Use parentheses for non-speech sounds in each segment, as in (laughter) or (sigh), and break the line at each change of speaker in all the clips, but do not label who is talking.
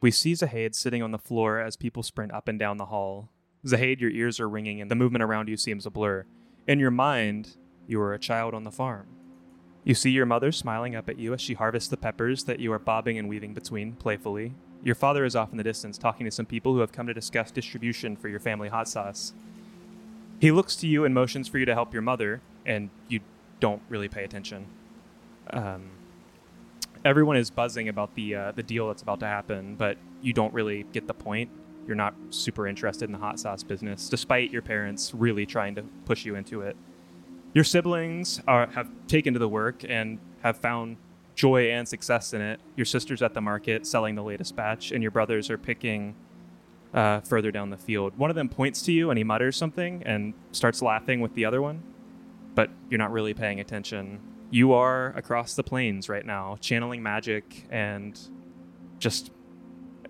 We see Zahid sitting on the floor as people sprint up and down the hall. Zahid, your ears are ringing and the movement around you seems a blur. In your mind, you were a child on the farm. You see your mother smiling up at you as she harvests the peppers that you are bobbing and weaving between playfully. Your father is off in the distance talking to some people who have come to discuss distribution for your family hot sauce. He looks to you and motions for you to help your mother, and you don't really pay attention. Um, everyone is buzzing about the uh, the deal that's about to happen, but you don't really get the point. You're not super interested in the hot sauce business, despite your parents really trying to push you into it. Your siblings are, have taken to the work and have found joy and success in it. Your sister's at the market selling the latest batch, and your brothers are picking uh, further down the field. One of them points to you and he mutters something and starts laughing with the other one, but you're not really paying attention. You are across the plains right now, channeling magic and just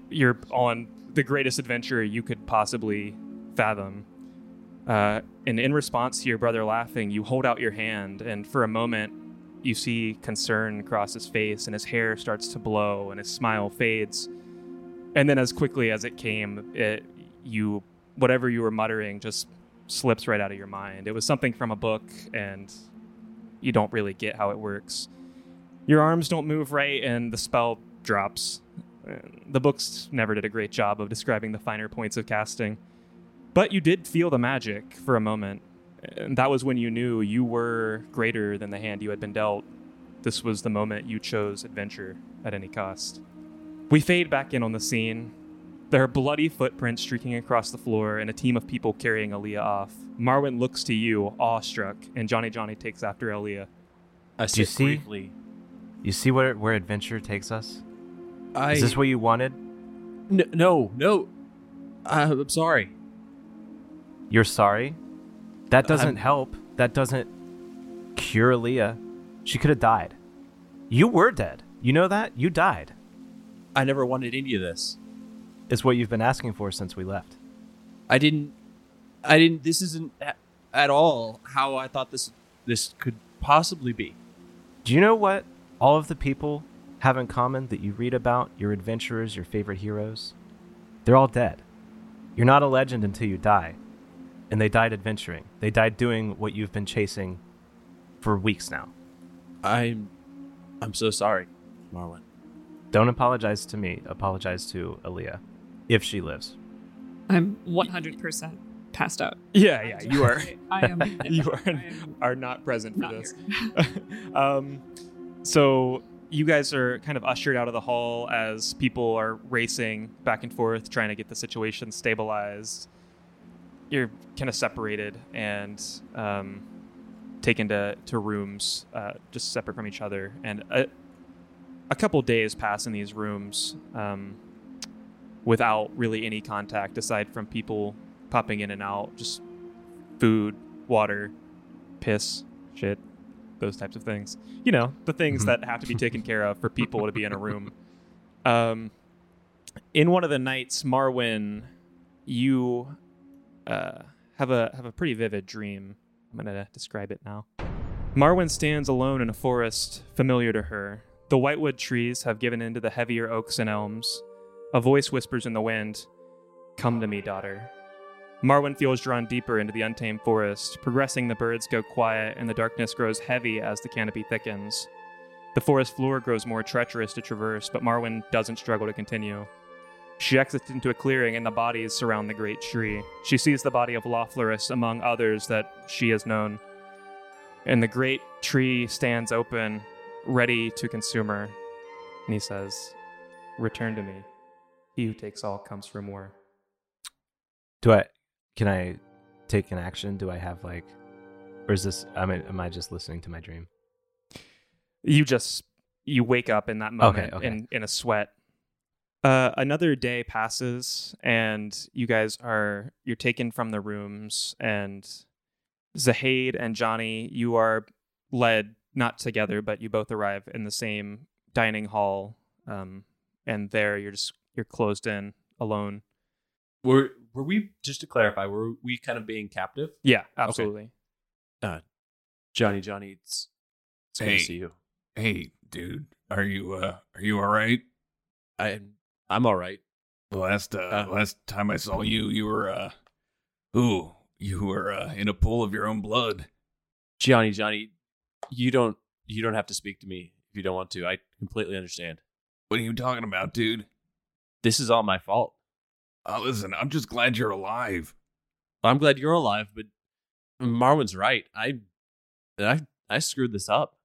you're on the greatest adventure you could possibly fathom. Uh, and in response to your brother laughing, you hold out your hand, and for a moment, you see concern cross his face, and his hair starts to blow, and his smile fades. And then, as quickly as it came, it, you whatever you were muttering just slips right out of your mind. It was something from a book, and you don't really get how it works. Your arms don't move right, and the spell drops. The books never did a great job of describing the finer points of casting. But you did feel the magic for a moment. And that was when you knew you were greater than the hand you had been dealt. This was the moment you chose adventure at any cost. We fade back in on the scene. There are bloody footprints streaking across the floor and a team of people carrying Aaliyah off. Marwin looks to you, awestruck, and Johnny Johnny takes after Aaliyah.
I
Do you
sit
see?
Briefly.
You see where where adventure takes us?
I
Is this what you wanted?
N- no no. I, I'm sorry.
You're sorry? That doesn't
I'm-
help. That doesn't cure Leah. She could have died. You were dead. You know that? You died.
I never wanted any of this.
Is what you've been asking for since we left.
I didn't. I didn't. This isn't a- at all how I thought this this could possibly be.
Do you know what all of the people have in common that you read about, your adventurers, your favorite heroes? They're all dead. You're not a legend until you die. And they died adventuring. They died doing what you've been chasing for weeks now.
I'm. I'm so sorry, Marwin.
Don't apologize to me. Apologize to Aaliyah. If she lives.
I'm 100% passed out.
Yeah, yeah, you are.
I
(laughs)
am.
you are,
I am
(laughs) are not present for
not
this. (laughs)
here. (laughs)
um, so you guys are kind of ushered out of the hall as people are racing back and forth trying to get the situation stabilized you're kind of separated and um, taken to, to rooms uh, just separate from each other and a, a couple days pass in these rooms um, without really any contact aside from people popping in and out just food water piss shit those types of things. You know, the things
Mhm.
that have to be taken care of for people to be in a room. Um, in one of the nights, Marwin, you uh, have a have a pretty vivid dream. I'm gonna describe it now. Marwin stands alone in a forest familiar to her. The whitewood trees have given in to the heavier oaks and elms. A voice whispers in the wind, "Come to me, daughter." Marwin feels drawn deeper into the untamed forest. Progressing, the birds go quiet, and the darkness grows heavy as the canopy thickens. The forest floor grows more treacherous to traverse, but Marwin doesn't struggle to continue. She exits into a clearing, and the bodies surround the great tree. She sees the body of Loflorus, among others that she has known. And the great tree stands open, ready to consume her. And he says, Return to me. He who takes all comes for more.
Do I? Can I take an action? Do I have like, or is this? I mean, am I just listening to my dream?
you just you wake up in that moment
okay.
In, in a sweat uh, another day passes and you guys are you're taken from the rooms and zahid and johnny you are led not together but you both arrive in the same dining hall um, and there you're just you're closed in alone
Were were we just to clarify? Were we kind of being captive?
yeah absolutely
Johnny, Johnny, it's it's good
Hey.
to see you.
Hey, dude, are you uh, are you all right?
I'm I'm all right.
The Last uh,
Uh.
last time I saw you, you were uh, ooh, you were uh, in a pool of your own blood.
Gianni, Johnny, you don't you don't have to speak to me if you don't want to. I completely understand.
What are you talking about, dude?
This is all my fault.
Uh, listen, I'm just glad you're alive. (sighs)
I'm glad you're alive, but Marwin's right. I I I screwed this up.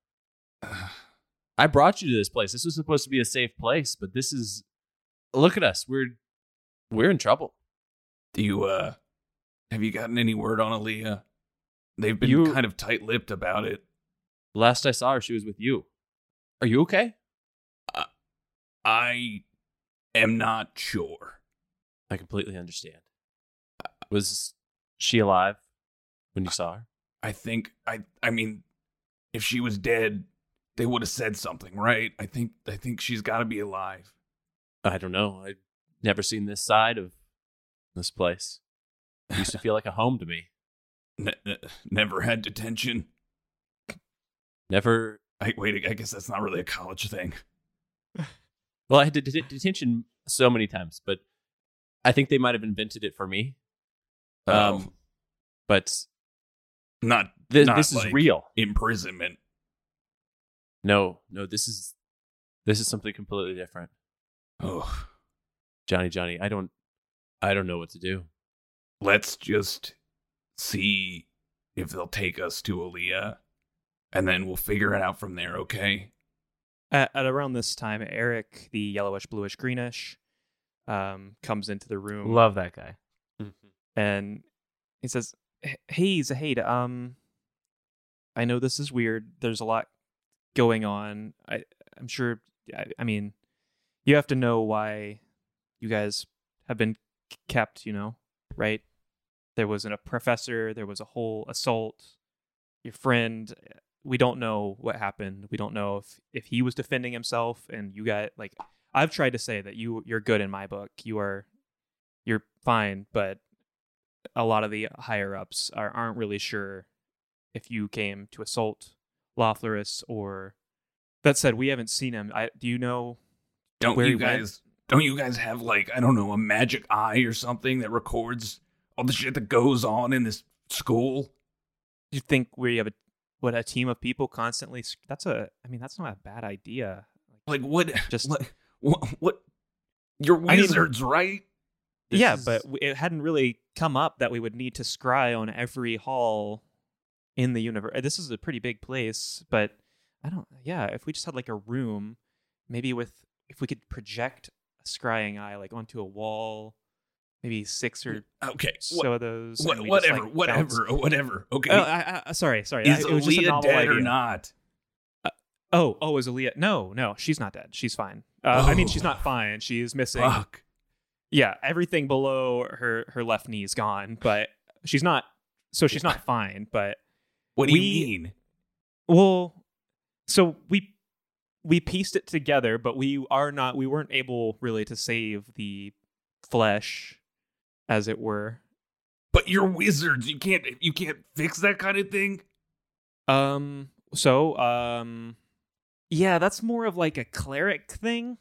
I brought you to this place. This was supposed to be a safe place, but this is look at us. We're we're in trouble.
Do you uh, have you gotten any word on Aaliyah? They've been
You-
kind of tight-lipped about it.
Last I saw her, she was with you. Are you okay?
I am not sure.
I completely understand. Was she alive when you saw her?
I think I I mean if she was dead, they would have said something, right? I think I think she's got to be alive.
I don't know. I've never seen this side of this place. It used to feel like a home to me.
Ne- ne- never had detention.
Never.
I wait, I guess that's not really a college thing.
Well, I had to det- detention so many times, but I think they might have invented it for me. Um,
Um,
but
not
th-
Not
this is
like-
real.
imprisonment.
No, no, this is this is something completely different,
Oh,
Johnny. Johnny, I don't, I don't know what to do.
let's just see if they'll take us to Aaliyah, and then we'll figure it out from there. Okay.
At, at around this time, Eric, the yellowish, bluish, greenish, um, comes into the room
Love that guy. (laughs)
and he says, "H- "Hey, Zahid, um, I know this is weird. There's a lot going on. I, I'm sure. I, I mean, you have to know why you guys have been k- kept. You know, right? There was an, a professor. There was a whole assault. Your friend. eh, We don't know what happened. We don't know if if he was defending himself, and you got like." I've tried to say that you you're good in my book. You are you're fine, but a lot of the higher ups are, aren't really sure if you came to assault Lothlorus or. That said, we haven't seen him. I, do you know?
Don't
Where
you
he went?
guys? Don't you guys have like I don't know a magic eye or something that records all the shit that goes on in this school?
You think we have a what a team of people constantly? s- That's a. I mean, that's not a bad idea.
Like what?
Just-
what? What? what you're
mean-
wizards, right?
This
yeah,
is-
but w- it hadn't really come up that we would need to scry on every hall in the universe. This is a pretty big place, but I don't. Yeah, if we just had like a room, maybe with if we could project a scrying eye like onto a wall, maybe six or
Okay. What,
so of those.
what-
and we just,
whatever.
like, bounce-
whatever. (laughs) Whatever. Okay.
Oh, I, I, sorry, sorry.
Is
I, it was just a
Aaliyah
novel
dead or
idea.
not?
Oh, oh, is Aaliyah? No, no, she's not dead. She's fine. Uh, I mean, she's
Oh.
not fine. She is missing.
Fuck.
yeah, everything below her her left knee is gone, but she's not so she's not fine, but
What do
We-
you mean?
well so we we pieced it together, but we are not we weren't able really to save the flesh as it were.
But you're wizards. You can't. You can't fix that kind of thing.
Um so um yeah, that's more of like a cleric thing.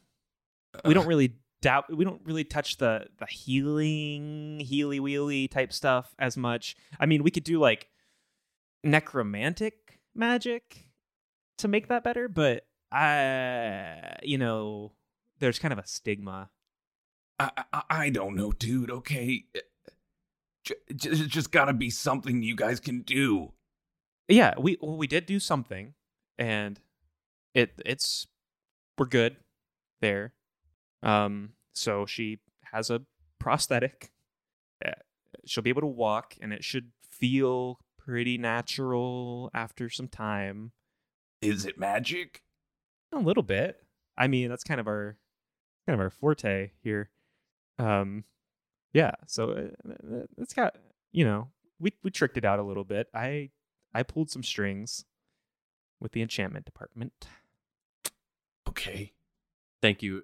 We don't really doubt we don't really touch the the healing healy wheely type stuff as much. I mean, we could do like necromantic magic to make that better, but I you know, there's kind of a stigma.
I, I, I don't know, dude. Okay. J- j- There's just got to be something you guys can do.
Yeah, we well, we did do something and it it's we're good there. Um so she has a prosthetic. Uh, She'll be able to walk and it should feel pretty natural after some time.
Is it magic?
A little bit. I mean, that's kind of our kind of our forte here. Um, yeah. So uh, uh, it's got you know we we tricked it out a little bit. I I pulled some strings with the enchantment department.
Okay.
thank you,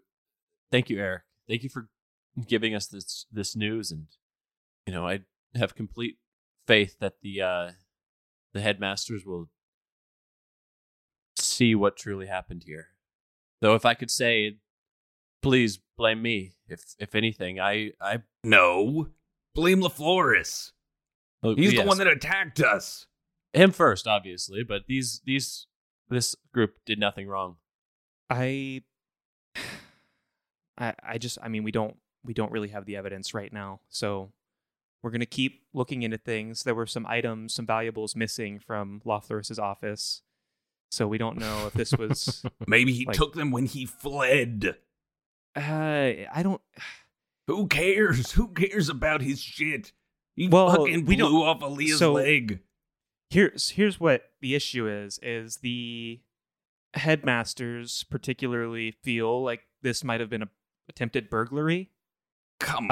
thank you, Eric. Thank you for giving us this this news, and you know, I have complete faith that the uh, the headmasters will see what truly happened here. Though, if I could say, please blame me. If if anything, I I
No. Blame LaFloris.
oh,
He's
yes.
the one that attacked us.
him first, obviously. But these these this group did nothing wrong.
I, (sighs) I, I just, I mean, we don't, we don't really have the evidence right now, so we're gonna keep looking into things. There were some items, some valuables missing from Lofloris's office, so we don't know if this was. (laughs)
Maybe he
Like-
took them when he fled.
uh, I don't.
Who cares? Who cares about his shit? He
Well,
fucking
we
blew
don't-
off Aaliyah's
so-
leg.
here's here's what the issue is is the headmasters particularly feel like this might have been a attempted burglary
Come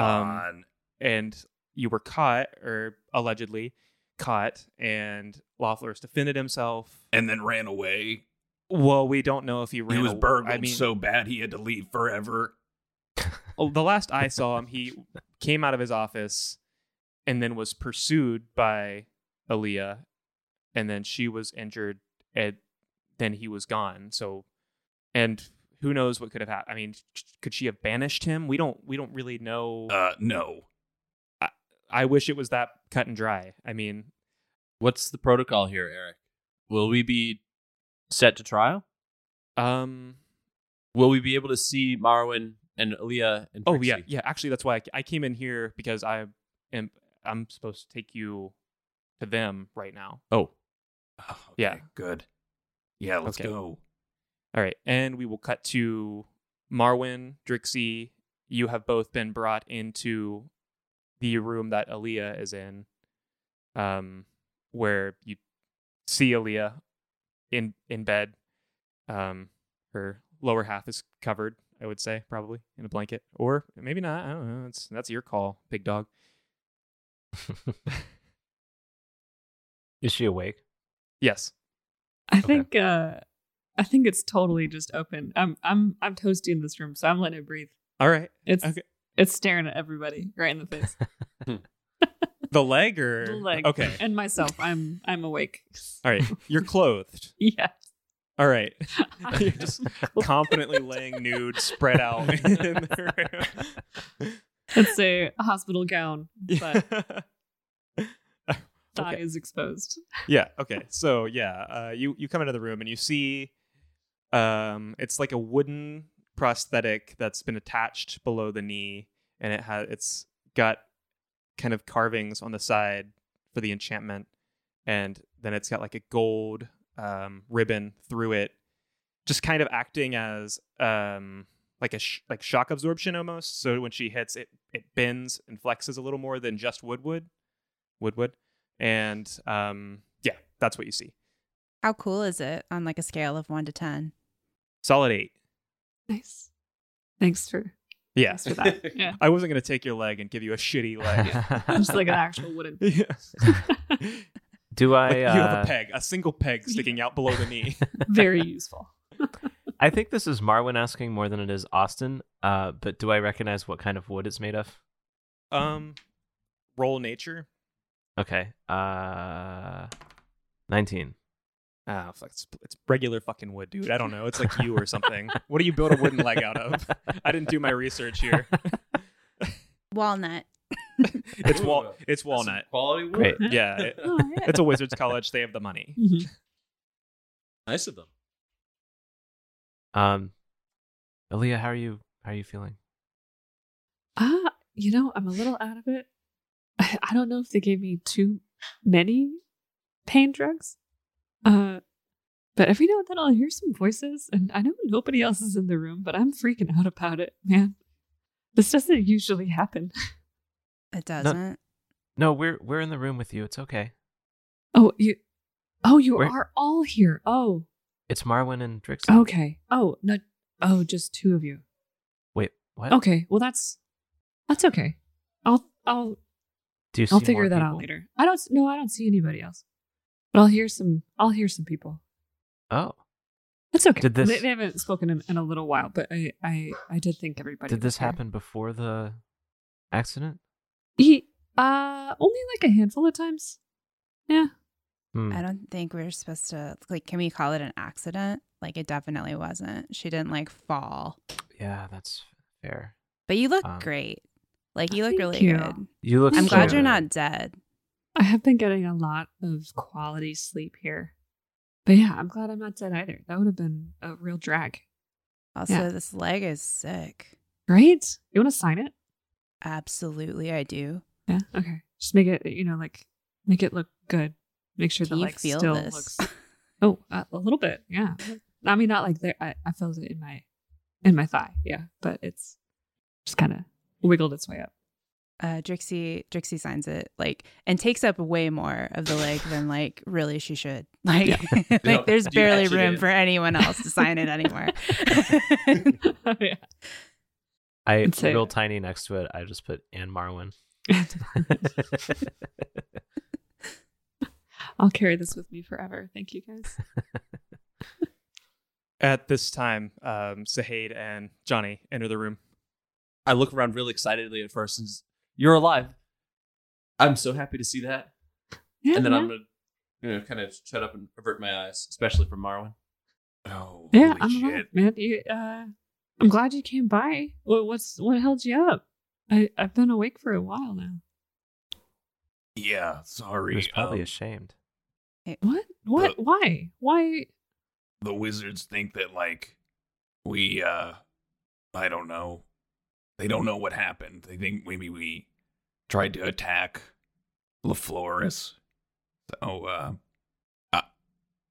um,
on.
and you were caught or allegedly caught and Loeffler's defended himself
And then ran away.
well we don't know if he ran
he was
aw-
burgled
I mean,
so bad he had to leave forever.
oh, the last I saw him he came out of his office and then was pursued by Aaliyah and then she was injured and then he was gone so and who knows what could have happened i mean c- could she have banished him we don't we don't really know
Uh, no.
i wish it was that cut and dry i mean
What's the protocol here, Eric? Will we be set to trial?
um
Will we be able to see Marwin and Aaliyah and
oh
Trixie?
yeah yeah actually that's why I, I came in here because i am i'm supposed to take you to them right now
Oh,
Oh, okay,
Yeah.
Good. Yeah, let's
Okay.
go.
All right, and we will cut to Marwin, Drixie. You have both been brought into the room that Aaliyah is in, um, where you see Aaliyah in in bed. Um, her lower half is covered, I would say, probably in a blanket, or maybe not. I don't know. It's, that's your call, big dog.
Is she awake?
Yes.
I
Okay.
think uh I think it's totally just open. I'm I'm I'm toasty in this room, so I'm letting it breathe.
All right.
It's
Okay.
it's staring at everybody right in
(laughs)
the face.
The (laughs) leg or
The leg.
Okay.
And myself, I'm
(laughs)
I'm awake.
All right. You're clothed.
(laughs) Yeah.
All right. (laughs)
(laughs)
You're just confidently laying nude, spread out
(laughs)
in the room.
Let's say a hospital gown, but thigh
Okay.
is exposed.
yeah. Okay. So yeah, uh, you you come into the room and you see, um, it's like a wooden prosthetic that's been attached below the knee, and it has it's got kind of carvings on the side for the enchantment, and then it's got like a gold um, ribbon through it, just kind of acting as um, like a sh- like shock absorption almost. So when she hits it, it bends and flexes a little more than just wood would, wood would and um, yeah, that's what you see.
How cool is it on like a scale of one to ten?
Solid eight.
Nice. Thanks for
Yeah,
thanks for that. Yeah.
(laughs) I wasn't gonna take your leg and give you a shitty leg. (laughs)
Just like an actual wooden
yeah.
(laughs) Do I?
Like, you have
uh,
a peg, a single (laughs) peg sticking out below the knee. (laughs)
very useful.
(laughs) I think this is Marwin asking more than it is Austin. Uh, but do I recognize what kind of wood it's made of?
Um, roll nature.
Okay. Uh, nineteen.
Ah, fuck, it's, it's regular fucking wood, dude. I don't know. It's like you or something. (laughs) what do you build a wooden leg out of? (laughs) I didn't do my research (laughs) here.
Walnut.
It's
(laughs)
wal. It's walnut.
Quality work. (laughs)
Great.
Yeah, it-
right.
it's a wizard's college. They have the money.
Mhm.
nice of them.
(laughs) Um, Aaliyah, how are you? How are you feeling?
Ah, you know, I'm a little out of it. (laughs) I, I don't know if they gave me too many pain drugs. Uh, but every now and then I'll hear some voices, and I know nobody else is in the room, but I'm freaking out about it, man. This doesn't usually happen.
It doesn't.
No, we're we're in the room with you. It's okay.
Oh, you, oh, you
Wait.
are all here. Oh,
It's Marwin and Drixie.
okay. Oh, no, oh, just two of you.
Wait, what?
Okay, well that's that's okay. I'll I'll
Do you see
I'll figure
more
that
people?
out later. I don't no, I don't see anybody else. But I'll hear some I'll hear some people.
Oh,
That's okay.
Did this-
they, they haven't spoken in, in a little while, but I I, I did think everybody
did
was
this
here.
happen before the accident?
He, uh only like a handful of times. Yeah.
Hmm.
I don't think we're supposed to like can we call it an accident? Like it definitely wasn't. She didn't like fall.
Yeah, that's fair.
But you look
Um,
great. Like you look
Thank
really
you.
good.
You look.
I'm glad
so
you're
good.
not dead.
I have been getting a lot of quality sleep here. But yeah, I'm glad I'm not dead either. That would have been a real drag.
Also,
Yeah.
this leg is sick.
Right? You want to sign it?
Absolutely, I do.
Yeah. Okay. Just make it, you know, like make it look good. Make sure
Do
the
you
like
feel
still
this?
looks. Oh, uh, a little bit. Yeah. I mean, not like there. I, I felt it in my in my thigh. Yeah, but it's just kind of wiggled its (laughs) way up.
(laughs) Uh, Drixie, Drixie signs it like and takes up way more of the leg than like really she should. (laughs) Like, like
No,
there's
you
barely
actually
room
did.
for anyone else to
(laughs)
sign it anymore.
(laughs) Oh, yeah.
I
It's a-
real tiny next to it. I just put Anne Marwin.
(laughs)
(laughs)
I'll carry this with me forever. Thank you guys.
At this time, um, Sahade and Johnny enter the room.
I look around really excitedly at first and s- you're alive. I'm so happy to see that.
Yeah,
and then
yeah.
I'm gonna you know, kind of shut up and avert my eyes, especially from Marwin.
Oh,
yeah,
holy
I'm
shit.
alive, man. You, uh, I'm glad you came by. What, what's what held you up? I I've been awake for a while now.
Yeah,
He
sorry.
was probably
Oh.
um,
ashamed.
What? What? Why? Why?
the wizards think that like we uh I don't know. They don't know what happened. They think maybe we tried to attack LaFloris. So uh I,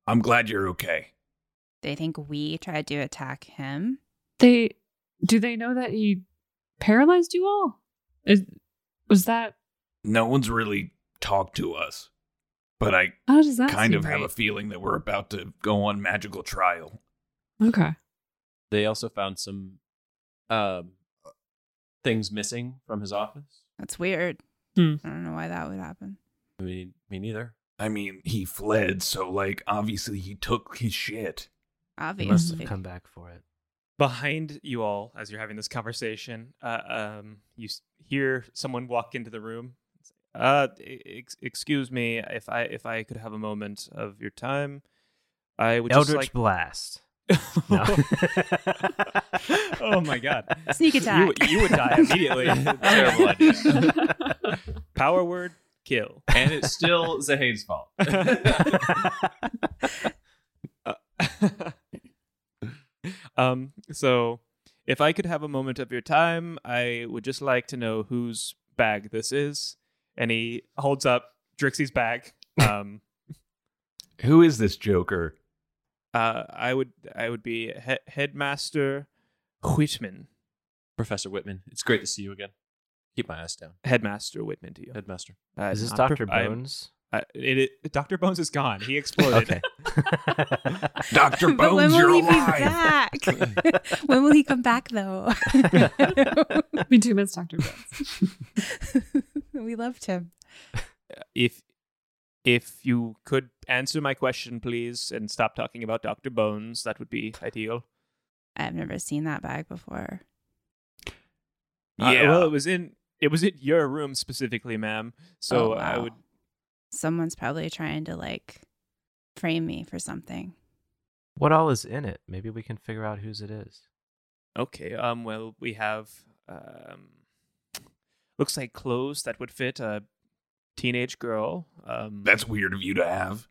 I'm glad you're okay.
(laughs) they think we tried to attack him.
They do they know that he paralyzed you all? Is was that?
No one's really talked to us. But I
How does that
kind
seem
of have a
right?
feeling that we're about to go on magical trial.
okay.
They also found some um things missing from his office.
That's weird.
Hmm.
I don't know why that would happen.
I mean me neither.
I mean, he fled, so like obviously he took his shit.
He must
Obviously.
have come back for it.
Behind you all, as you're having this conversation, uh, um, you s- hear someone walk into the room. Uh, ex- excuse me, if I if I could have a moment of your time, I would
Eldritch
just like. (laughs)
Blast. No.
oh my god!
Sneak attack.
You,
(laughs)
you would die immedially. (laughs) Terrible idea. Power word kill. (laughs)
And it's (laughs) still Zahane's fault.
um, so, if I could have a moment of your time, I would just like to know whose bag this is. And he holds up Drixie's bag. Um,
Who is this
(laughs)
Joker?
uh, I would, I would be he- headmaster Whitman,
Professor Whitman, it's great to see you again. Keep my eyes down.
headmaster Whitman to you.
Headmaster.
Uh,
(laughs) Is this
I'm
Doctor
prof- I am-
Bones? (laughs)
I- it, it- Dr. Bones is gone. He exploded.
Okay.
Dr.
but when
Bones,
will
you're
he be
alive.
back? when will he come back, though?
(laughs) We do miss Doctor Bones.
we loved him.
Uh, if if you could answer my question, please, and stop talking about Doctor Bones, that would be ideal.
I've never seen that bag before.
Uh,
Yeah.
well, it was in it was in your room specifically, ma'am. So
Oh,
I
wow.
would.
Someone's probably trying to like frame me for something.
what all is in it? Maybe we can figure out whose it is.
Okay. Um. Well, we have. Um. Looks like clothes that would fit a teenage girl. Um.
That's weird of you to have.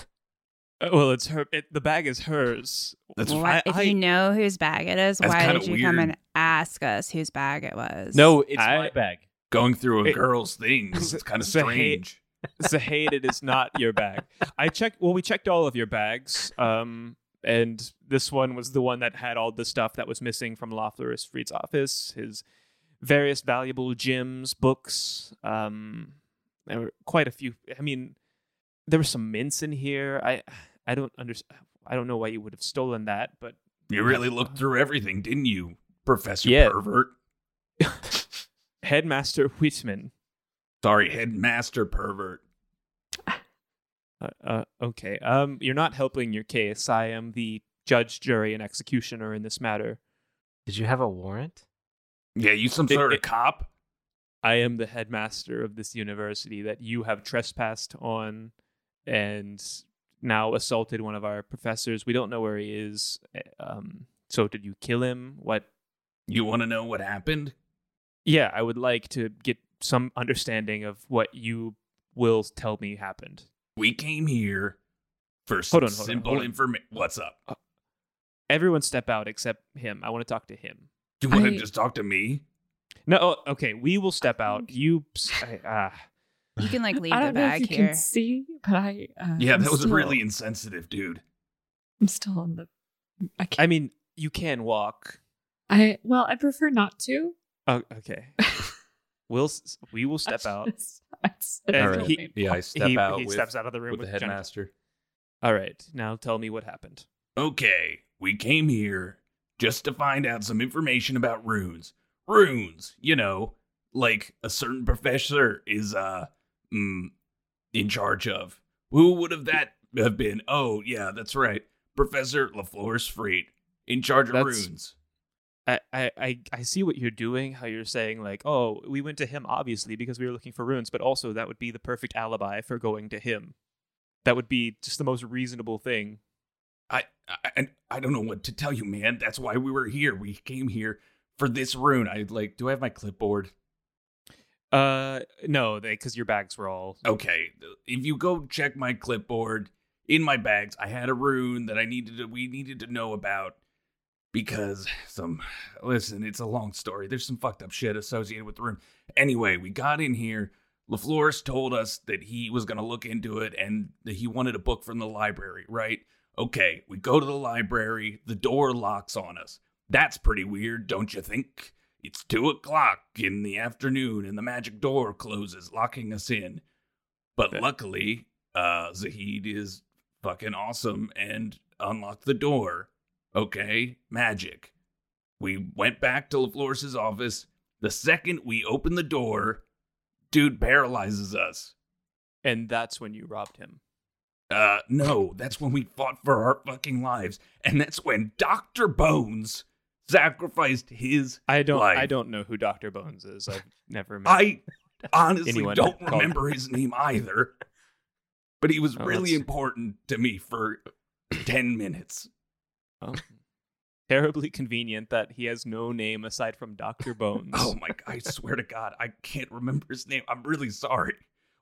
uh, well, it's her. It, the bag is hers.
That's
What,
I-
if
I-
you know whose bag it is,
That's
why
kinda
did you come
weird.
and ask us whose bag it was?
No, it's
I- (laughs)
my bag.
Going through a
It-
girl's things. It's kind of
It's a hate-
strange.
Zahade, it is not your bag. I checked. Well, we checked all of your bags. Um, and this one was the one that had all the stuff that was missing from Lothlorus Freed's office. His various valuable gems, books. Um, there were quite a few. I mean, there was some mints in here. I, I don't understand. I don't know why you would have stolen that, but (laughs)
You really looked through everything, didn't you, Professor
Yeah.
Pervert?
Headmaster Whitman.
Sorry, Headmaster Pervert.
Uh, uh, okay. Um, you're not helping your case. I am the judge, jury, and executioner in this matter.
Did you have a warrant?
Yeah, you some
It-
sort
it-
of cop?
I am the headmaster of this university that you have trespassed on and now assaulted eh, one of our professors. We don't know where he is. Um, so did you kill him? What
You want to know what happened?
Yeah, I would like to get some understanding of what you will tell me happened.
We came here for some
Hold on, hold on,
simple
hold on.
information. What's up?
Everyone step out except him. I want to talk to him.
You want
I-
to just talk to me?
No, oh, okay, we will step out. You s- I- ah.
You can like leave
I
the
don't know if
bag
you
here.
can see, but I. Uh,
Yeah,
I'm
that was
still-
really insensitive, dude.
I'm still on the. I can't.
I mean, you can walk.
I well, I prefer not to. (laughs)
Oh, okay. We'll s- we will
(laughs)
step out.
That's-
And
that's
Alright.
really
he-
painful.
I
step
he,
out
he
with-
steps out of the room
with the
Jennifer.
headmaster.
All right, now tell me what happened.
Okay, we came here just to find out some information about runes. Runes, you know, like a certain professor is uh mm, in charge of. Who would have that have been? Oh, yeah, that's right. Professor LaFleur Freed in charge of
That's-
runes.
I, I, I- I see what you're doing, how you're saying, like, oh, we went to him obviously because we were looking for runes, but also that would be the perfect alibi for going to him. That would be just the most reasonable thing.
I, I and I don't know what to tell you, man. That's why we were here. We came here for this rune. I like do I have my clipboard?
Uh, no, because your bags were all.
okay if you go check my clipboard in my bags i had a rune that i needed to we needed to know about because some listen it's a long story there's some fucked up shit associated with the rune anyway we got in here LaFlores told us that he was going to look into it and that he wanted a book from the library right okay we go to the library the door locks on us that's pretty weird don't you think it's two o'clock in the afternoon and the magic door closes locking us in but luckily, uh, Zahid is fucking awesome and unlocked the door. Okay, magic. We went back to LaFlores' office. The second we open the door, dude paralyzes us.
And that's when you robbed him.
Uh, no, that's when we fought for our fucking lives. And that's when Dr. Bones
(laughs)
sacrificed his.
I don't. I
Life.
don't know who Doctor Bones is. I've never met.
I honestly
Anyone
don't
called- (laughs)
remember his name either. But he was
Oh,
really
that's-
important to me for 10 minutes.
Um, (laughs) terribly convenient that he has no name aside from Doctor Bones.
Oh my! I swear to God, I can't remember his name. I'm really sorry.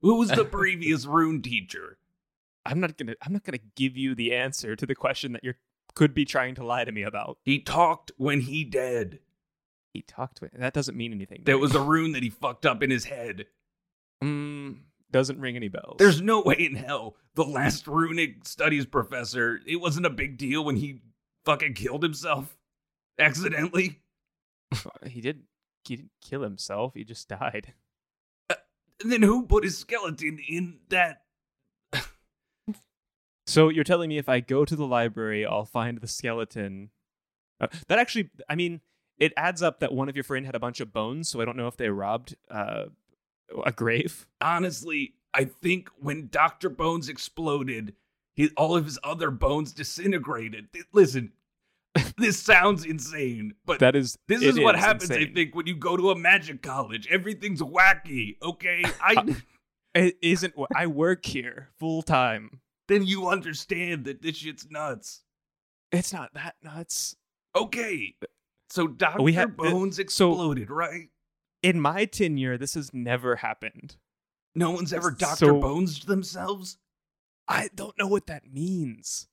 Who was the previous rune teacher?
I'm not gonna. I'm not gonna give you the answer to the question that you are could be trying to lie to me about.
He talked when he dead.
He talked to it. That doesn't mean anything.
There
Mike.
was a rune that he fucked up in his head.
Mm, doesn't ring any bells.
There's no way in hell the last runic studies professor. It wasn't a big deal when he fucking killed himself accidentally.
(laughs) he didn't. He didn't kill himself. He just died.
And then who put his skeleton in that?
So you're telling me if I go to the library, I'll find the skeleton. Uh, that actually, I mean, it adds up that one of your friend had a bunch of bones. So I don't know if they robbed uh, a grave.
Honestly, I think when Doctor Bones exploded, his, all of his other bones disintegrated. Th- Listen, (laughs) this sounds insane, but
That is.
This
it
is what happens, I
insane.
think, when you go to a magic college. Everything's wacky,
(laughs)
okay? I
It isn't. wh- I work here full time.
then you understand that this shit's nuts.
It's not that nuts.
Okay. So Dr.
We had-
Bones
so-
exploded, right?
In my tenure, this has never happened.
No one's ever Dr.
So-
Bones themselves?
I don't know what that means.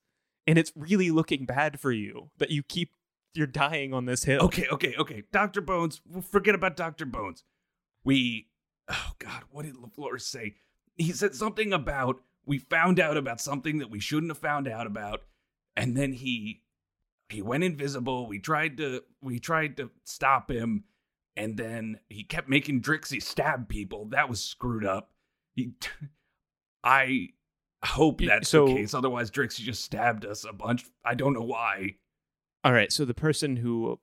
And it's really looking bad for you that you keep you're dying on this hill.
Okay, okay, okay. Dr. Bones, we'll forget about Dr. Bones. We Oh god, what did LaFleur say? He said something about we found out about something that we shouldn't have found out about, and then he he went invisible. We tried to we tried to stop him, and then he kept making Drixie stab people. That was screwed up. He (laughs) I hope
Y-
that's
so-
the case. Otherwise, Drixie just stabbed us a bunch. I don't know why.
All right, so the person who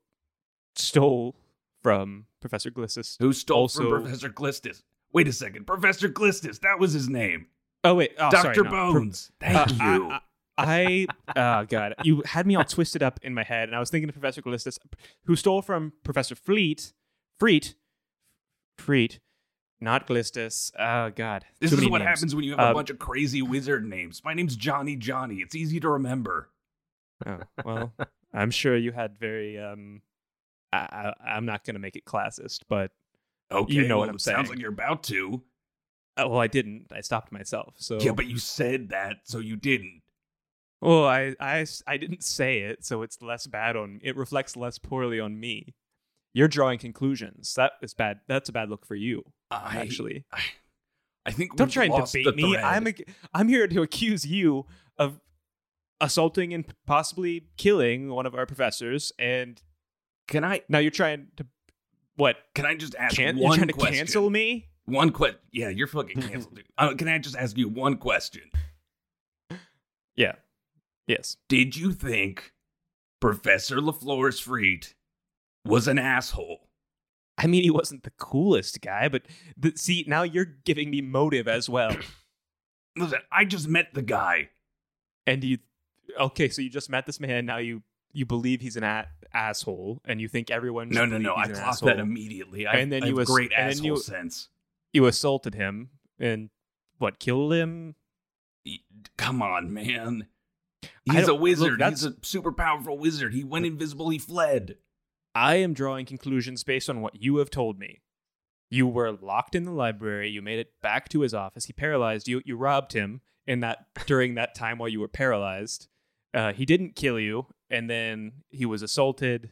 stole from Professor Glissus.
Who stole
Also-
from Professor Glistis? Wait a second, Professor Glistis. That was his name.
Oh wait, oh, sorry,
Doctor
no, Pro-
Bones.
uh,
Thank
I-
you.
I, oh god, you had me all twisted up in my head, and I was thinking of Professor Callistus, who stole from Professor Fleet, Freet, Freet, not Callistus. Oh god,
this
too
is
many
what
names.
happens when you have
Um,
a bunch of crazy wizard names. My name's Johnny Johnny. It's easy to remember.
Oh, well, I'm sure you had very um, I, I, I'm not going to make it classist, but
Okay,
You know what
well,
I'm
it Sounds
saying.
like you're about to.
uh, well, I didn't. I stopped myself. So
Yeah, but you said that, so you didn't.
well, I, I s- I didn't say it, so it's less bad on. It reflects less poorly on me. You're drawing conclusions. That is bad. That's a bad look for you.
I,
actually,
I, I think
don't
we've
try and
lost the
debate me.
thread.
I'm a, I'm here to accuse you of assaulting and possibly killing one of our professors, and
Can I?
now you're trying to what?
Can I just ask
Can you're
one
trying to
question?
cancel me?
One question. Yeah, you're
(laughs)
fucking canceled, dude. Uh, can I just ask you one question?
Yeah. Yes.
Did you think Professor LaFleur's Freed was an asshole?
I mean, he wasn't the coolest guy, but the, see, now you're giving me motive as well.
(coughs) Listen, I just met the guy.
and you, okay, so you just met this man. Now you you believe he's an a- asshole, and you think everyone.
No,
should
no,
believe
no.
he's
I
an
clocked
asshole.
that immediately. I,
And then
I
you
have
ass-
great
and then
asshole
you-
sense.
You assaulted him, and what killed him?
Y- Come on, man.
I
He's a
don't- look,
wizard.
that's-
He's a super powerful wizard. He went invisible. He fled.
I am drawing conclusions based on what you have told me. You were locked in the library. You made it back to his office. He paralyzed you. You robbed him in that (laughs) during that time while you were paralyzed. Uh, he didn't kill you, and then he was assaulted.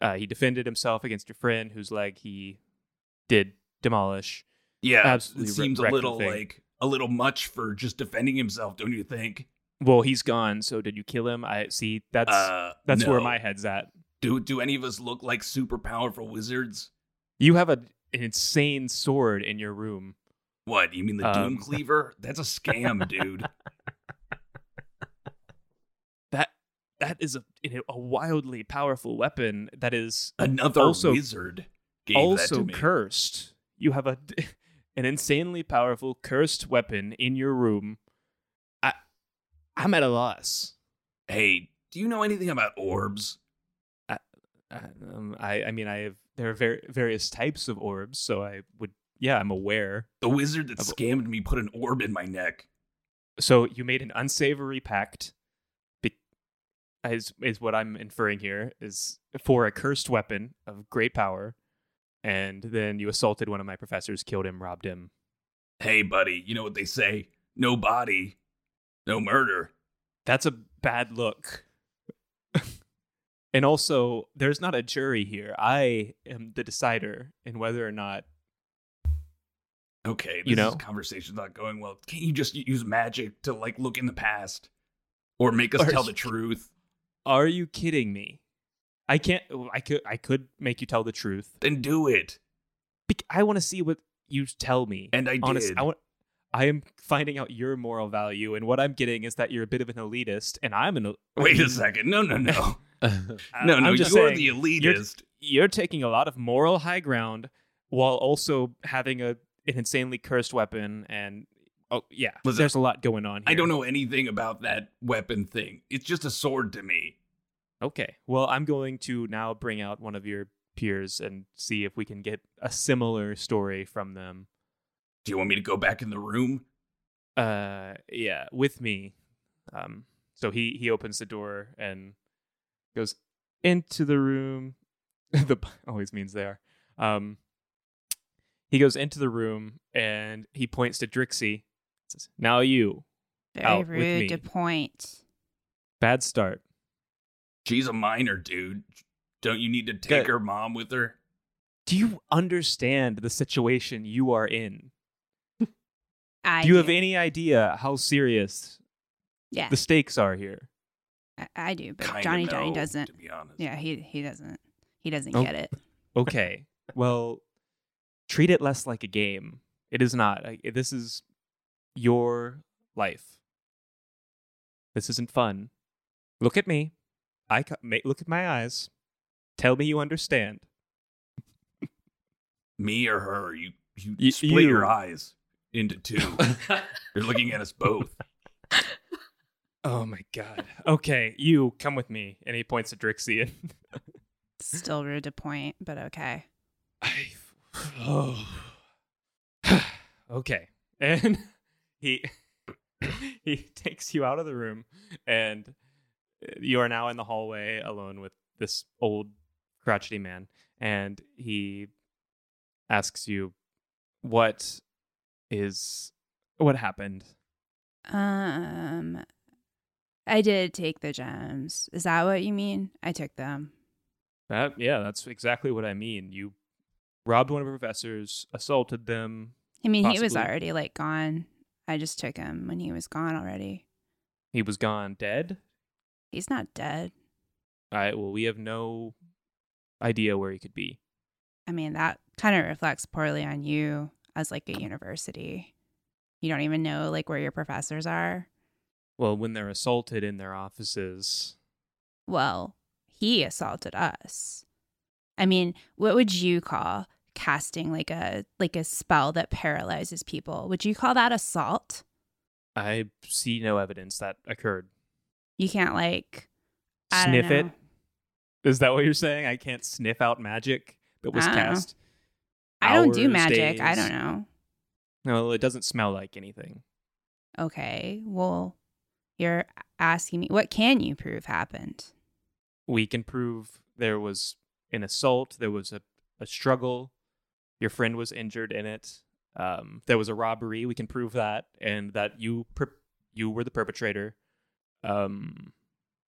Uh, he defended himself against your friend, whose leg he did demolish.
Yeah,
Absolutely
It seems a
wrecked the
little
thing.
like a little much for just defending himself, don't you think?
Well, he's gone. So did you kill him? I see. That's
uh,
that's where
no.
my head's at.
do do any of us look like super powerful wizards?
You have a, an insane sword in your room.
What you mean the
Um,
Doom Cleaver? That's a scam, (laughs) dude.
that that is a a wildly powerful weapon that is
Another
Also-
wizard gave that to
also
me.
cursed. You have a (laughs) an insanely powerful cursed weapon in your room. I I'm at a loss.
hey, do you know anything about orbs?
Um, I I mean I have there are ver- various types of orbs, so I would yeah I'm aware.
The wizard that
Of-
scammed me put an orb in my neck.
So you made an unsavory pact. Be- is is what I'm inferring here is for a cursed weapon of great power, and then you assaulted one of my professors, killed him, robbed him.
Hey, buddy, you know what they say? No body, no murder.
That's a bad look. and also, there's not a jury here. I am the decider in whether or not.
Okay, this
You know?
is- conversation's not going well. Can't you just use magic to like look in the past or make us
Or-
tell the truth?
Are you kidding me? I can't. I could. I could make you tell the truth.
Then do it.
Bec- I want to see what you tell me.
And I
Honest,
did.
I want. I am finding out your moral value, and what I'm getting is that you're a bit of an elitist, and I'm an.
(laughs)
(laughs)
Wait a second. No, no, no,
I-
no, no.
I'm
You're
just saying-
the
you're-
elitist.
you're taking a lot of moral high ground while also having a an insanely cursed weapon and oh yeah
Listen,
there's a lot going on here.
I don't know anything about that weapon thing. It's just a sword to me.
okay well i'm going to now bring out one of your peers and see if we can get a similar story from them
Do you want me to go back in the room?
uh yeah with me um so he he opens the door and goes into the room (laughs) the b- always means there um he goes into the room and he points to drixie says now you
Very
Out with me.
rude to point.
bad start
She's a minor, dude. Don't you need to take
Good.
her mom with her?
do you understand the situation you are in
I
do you have any idea how serious
Yeah,
the stakes are here
I, I do, but
Kinda
Johnny Johnny
no,
doesn't.
To be honest.
Yeah, he he doesn't. He doesn't
Oh.
get it.
okay well treat it less like a game it is not Like, this is your life this isn't fun look at me i co- ma- look at my eyes tell me you understand
Me or her? You you
Y-
split
you.
your eyes into
(laughs)
two.
(laughs)
You're looking at us both.
oh my god okay you come with me and he points at drixie and
Still rude to point, but okay.
I, oh. (sighs) okay. And (laughs) he (coughs) he takes you out of the room, and you are now in the hallway alone with this old crotchety man, and he asks you what is what happened.
Um, I did take the gems. Is that what you mean? I took them.
That yeah, that's exactly what I mean. You robbed one of the professors, assaulted them.
I mean, he was
Possibly.
already like gone. I just took him when he was gone already.
He was gone dead.
He's not dead.
All right. Well, we have no idea where he could be.
I mean, that kind of reflects poorly on you as like a university. You don't even know like where your professors are.
Well, when they're assaulted in their offices,
Well, he assaulted us. I mean, what would you call casting like a like a spell that paralyzes people? Would you call that assault?
I see no evidence that occurred.
You can't like I don't
sniff it.
know.
Is that what you're saying? I can't sniff out magic that was
I don't know.
cast.
I don't do
Hours,
magic. I
days.
don't know.
No, it doesn't smell like anything.
Okay. Well, you're asking me what can you prove happened?
We can prove there was an assault, there was a, a struggle, your friend was injured in it, um, there was a robbery. We can prove that, and that you per- you were the perpetrator, um,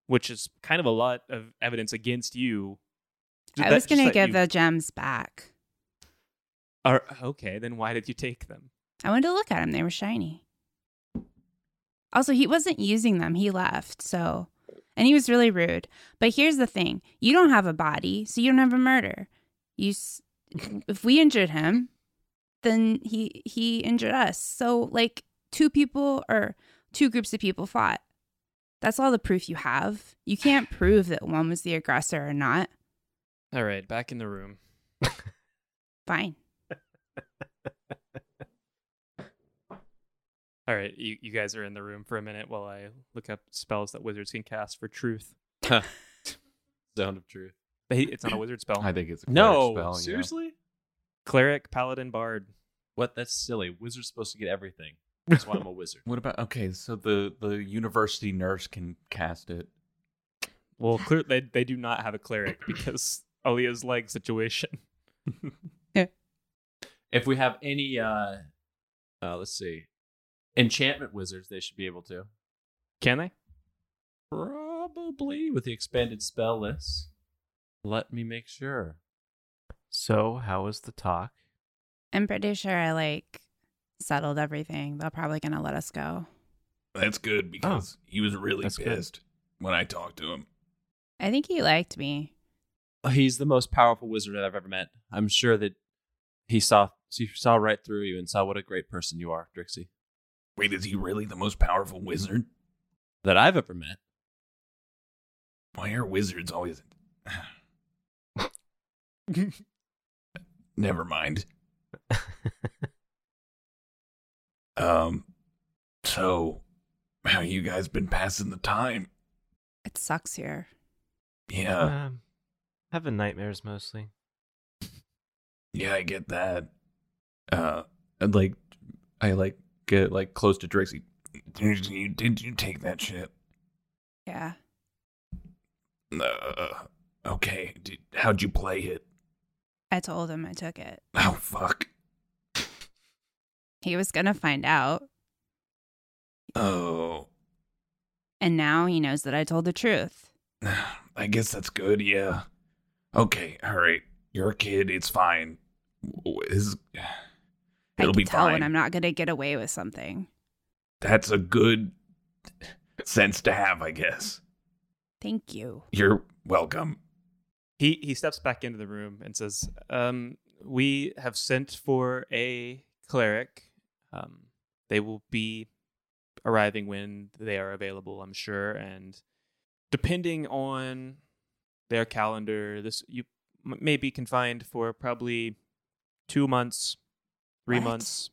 which is kind of a lot of evidence against you.
I was going to give the gems back.
Are, okay, then why did you take them?
I wanted to look at them. They were shiny. Also, he wasn't using them. He left. So, and he was really rude. But here's the thing you don't have a body, so you don't have a murder. You, s- if we injured him, then he he injured us. So like two people or two groups of people fought. That's all the proof you have. You can't prove that one was the aggressor or not.
All right, back in the room.
Fine.
All right, you, you guys are in the room for a minute while I look up spells that wizards can cast for truth.
Sound of truth.
But he- it's not a wizard spell.
(laughs) I think it's a cleric spell, yeah.
seriously?
Cleric, paladin, bard.
What? That's silly. Wizard's supposed to get everything. That's why I'm a wizard.
What about okay? So the the university nurse can cast it.
Well, clear, they they do not have a cleric because (laughs) Aaliyah's leg situation.
If we have any, uh, uh, let's see, enchantment wizards, they should be able to.
Can they?
Probably with the expanded spell list. Let me make sure.
So, how was the talk?
I'm pretty sure I like settled everything. They're probably going to let us go.
That's good because he was really
Oh. That's good.
pissed when I talked to him.
I think he liked me.
He's the most powerful wizard I've ever met. I'm sure that he saw he saw right through you and saw what a great person you are, Drixie.
Wait, is he really the most powerful wizard?
That I've ever met.
Why are wizards
(laughs)
always. (sighs) Never mind.
Uh.
Um, so, how you guys been passing the time?
It sucks here.
Yeah,
um, having nightmares mostly.
yeah, I get that. Uh,
And like, I like get like close to Drixie.
did you, did you take that shit?
Yeah.
Uh, okay, did, how'd you play it?
I told him I took it.
Oh, fuck.
He was going to find out.
Oh, (sighs)
And now he knows that I told the truth.
I guess that's good, yeah. Okay, all right. You're a kid, it's fine. W- Is (sighs)
I
It'll
can
be
tell when
fine.
I'm not going to get away with something.
that's a good sense to have, I guess.
Thank you.
You're welcome.
He he steps back into the room and says, um, "We have sent for a cleric. Um, they will be arriving when they are available, I'm sure. And depending on their calendar, this you m- may be confined for probably two months, three
What?
months.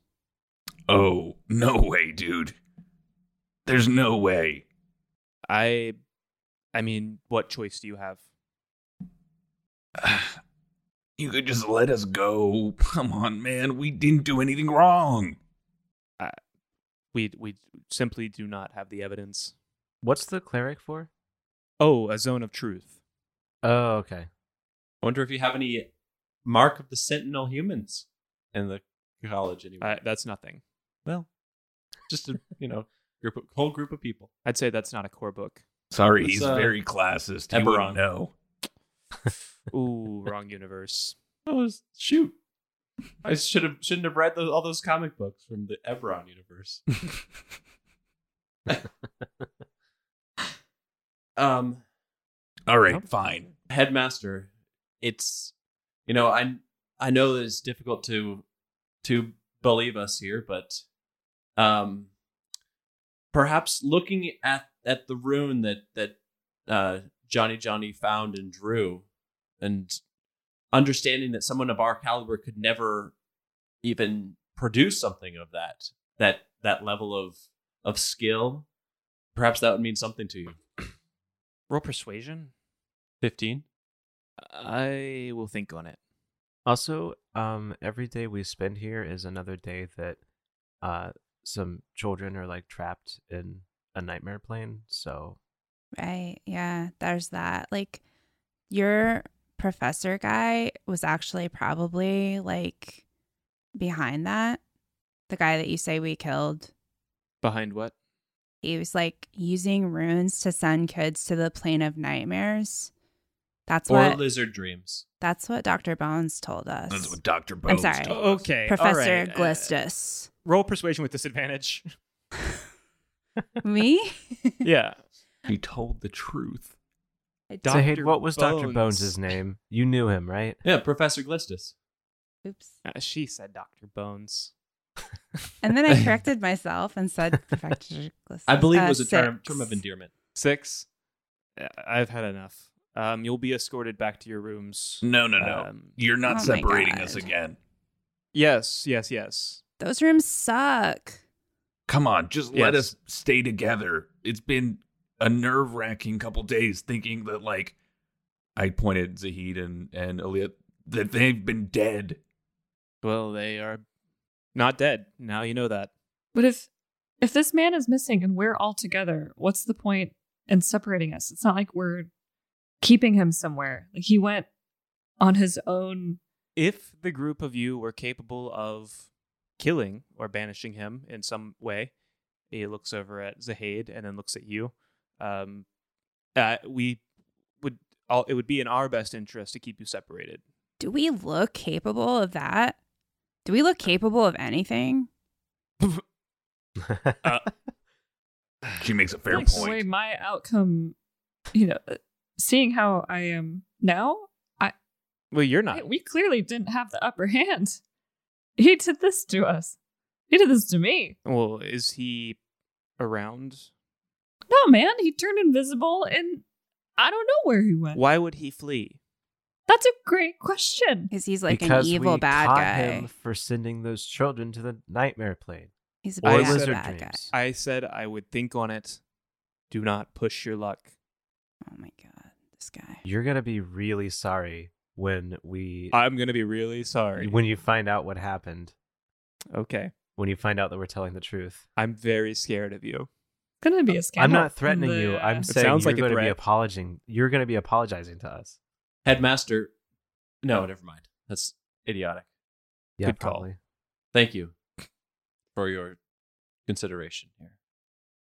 Oh, no way, dude. There's no way. (sighs)
I, I mean, what choice do you have?
You could just let us go. Come on, man. We didn't do anything wrong.
We we simply do not have the evidence.
What's the cleric for?
Oh, a zone of truth."
Oh, okay.
I wonder if you have any mark of the Sentinel humans in the college anyway.
Uh, that's nothing.
well, just a you know group of, whole group of people.
I'd say that's not a core book.
Sorry,
It's,
he's
uh,
very classist. He
Eberron.
wouldn't know.
(laughs)
Ooh, wrong universe.
That was shoot. I should have shouldn't have read those, all those comic books from the Eberron universe. (laughs) um.
All right,
Nope.
fine.
headmaster it's you know i i know that it's difficult to to believe us here but um perhaps looking at at the rune that that uh johnny johnny found and drew and understanding that someone of our caliber could never even produce something of that that that level of of skill perhaps that would mean something to you
Roll persuasion.
15
I will think on it.
Also, um, every day we spend here is another day that uh, some children are like trapped in a nightmare plane. So
Right. Yeah. There's that. Like, your professor guy was actually probably like behind that. The guy that you say we killed,
Behind what?
he was like using runes to send kids to the plane of nightmares. That's
or
what
lizard dreams
that's what Dr. Bones told us.
That's what Doctor
I'm
Bones.
sorry.
told us.
Okay, all
Professor
right, uh,
Glistus.
roll persuasion with disadvantage.
(laughs)
Me?
(laughs)
(laughs)
yeah.
He told the truth.
so Hayden, what was Doctor Bones'
Bones.
name? You knew him,
(laughs)
right?
Yeah, Professor Glistus.
Oops.
Uh, she said Dr. Bones.
And then I corrected myself and said
(laughs)
Professor Glistus.
I believe
Uh,
it was a term,
six.
term of endearment.
Six. Uh, I've had enough. Um, you'll be escorted back to your rooms.
No, no, no.
Uh,
Um,
You're
Oh
not
my
separating us
God.
again.
yes, yes, yes.
Those rooms suck.
Come on, just let
Yes.
us stay together. It's been a nerve wracking couple days thinking that, like, I pointed Zahid and and Aaliyah that they've been dead.
Well, they are not dead. Now you know that.
But if if this man is missing and we're all together, what's the point in separating us? It's not like we're keeping him somewhere. Like he went on his own.
If the group of you were capable of killing or banishing him in some way, he looks over at Zahid and then looks at you. Um, uh, we would all, it would be in our best interest to keep you separated.
Do we look capable of that? Do we look capable of anything?
She makes a fair
Like, the way
point.
my outcome, you know, uh, seeing how I am now,
Well, you're
(laughs)
not.
I- we clearly didn't have the upper hand. He did this to us. He did this to me.
Well, is he around?
No, man, he turned invisible and I don't know where he went.
Why would he flee?
That's a great question.
Because he's like
because
an evil
we
bad
caught
guy.
him for sending those children to the nightmare plane
He's a
or
I
bad,
said-
lizard
bad guy.
dreams.
I said I would think on it. Do not push your luck.
Oh my god, this guy.
You're gonna be really sorry when we
I'm going to be really sorry.
when you find out what happened.
Okay.
When you find out that we're telling the truth.
I'm very scared of you.
Gonna be a scandal.
I'm not threatening
The-
you. I'm saying
sounds
you're
like a
going to be
threat.
apologizing. You're going to be apologizing to us.
Headmaster.
Oh.
No, never mind. That's idiotic.
Yeah,
Good call.
probably.
Thank you for your consideration here.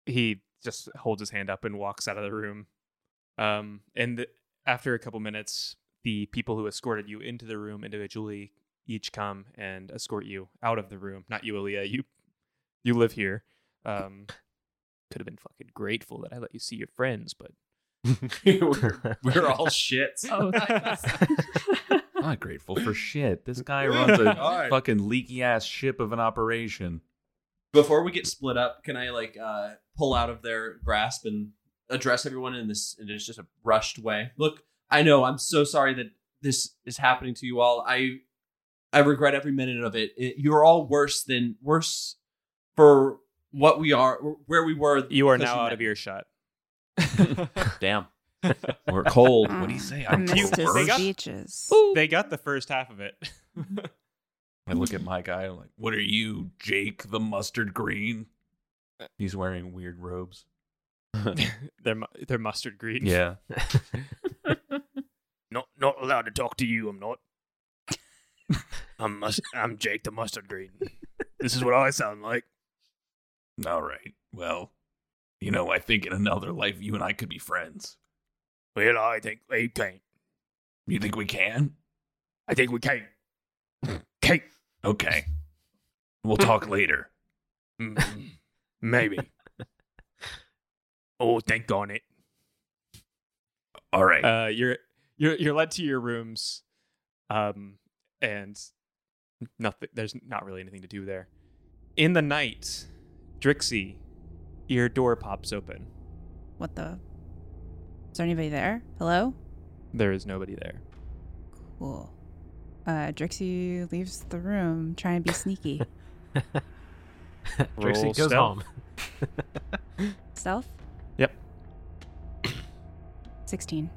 He just holds his hand up and walks out of the room. Um, and th- after a couple minutes, the people who escorted you into the room individually each come and escort you out of the room. Not you, Aaliyah. You, you live here. Um, could have been fucking grateful that I let you see your friends, but (laughs)
(laughs)
we're, we're all shit.
Oh, thanks.
I'm not grateful for shit. This guy runs a fucking leaky ass ship of an operation.
Before we get split up, can I like uh, pull out of their grasp and address everyone in this in just a rushed way? Look, I know I'm so sorry that this is happening to you all. I I regret every minute of it. It- you're all worse than worse for what we are, where we were.
you are
because
now out
met.
of earshot.
Damn.
We're cold.
Oh,
what do you say?
I (laughs)
I'm
missed
too
his
They got-
speeches.
they got the first half of it. (laughs)
I look at my guy. I'm like,
What are you, Jake the mustard green?
he's wearing weird robes.
they're mu- they're mustard green.
Yeah.
Not
not allowed to talk to you. I'm not. I'm must- I'm Jake the mustard green. This is what I sound like.
All right. Well, you know, I think in another life you and I could be friends.
Well, I think we can't.
You think we can?
I think we can't. Can't.
Okay. We'll talk later.
Mm, Maybe. oh, think on it.
All right.
Uh, you're you're you're led to your rooms, um, and nothing. There's not really anything to do there. In the night, Drixie, your door pops open.
What the? Is there anybody there? Hello?
There is nobody there.
Cool. Uh, Drixie leaves the room trying to
(laughs)
be sneaky.
Trixie
Roll
goes
stealth.
home.
Stealth? (coughs)
Yep.
16.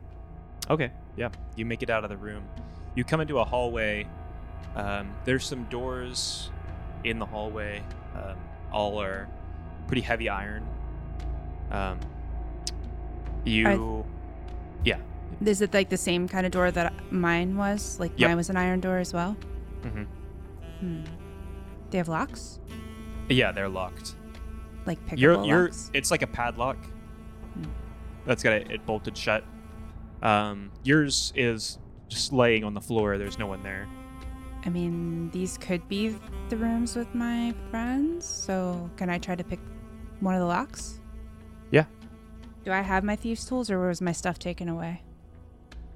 Okay. Yeah. You make it out of the room. You come into a hallway. Um, there's some doors in the hallway. Um, all are pretty heavy iron. Um, you. yeah.
Is it like the same kind of door that mine was? Like
Yep.
mine was an iron door as well?
Mhm.
Hmm. They have locks?
Yeah, they're locked.
Like pickable
You're, you're,
locks?
it's like a padlock.
Hmm.
That's got it, it bolted shut. Um, yours is just laying on the floor. There's no one there.
I mean, these could be the rooms with my friends, so can I try to pick one of the locks?
Yeah.
Do I have my thieves' tools or was my stuff taken away?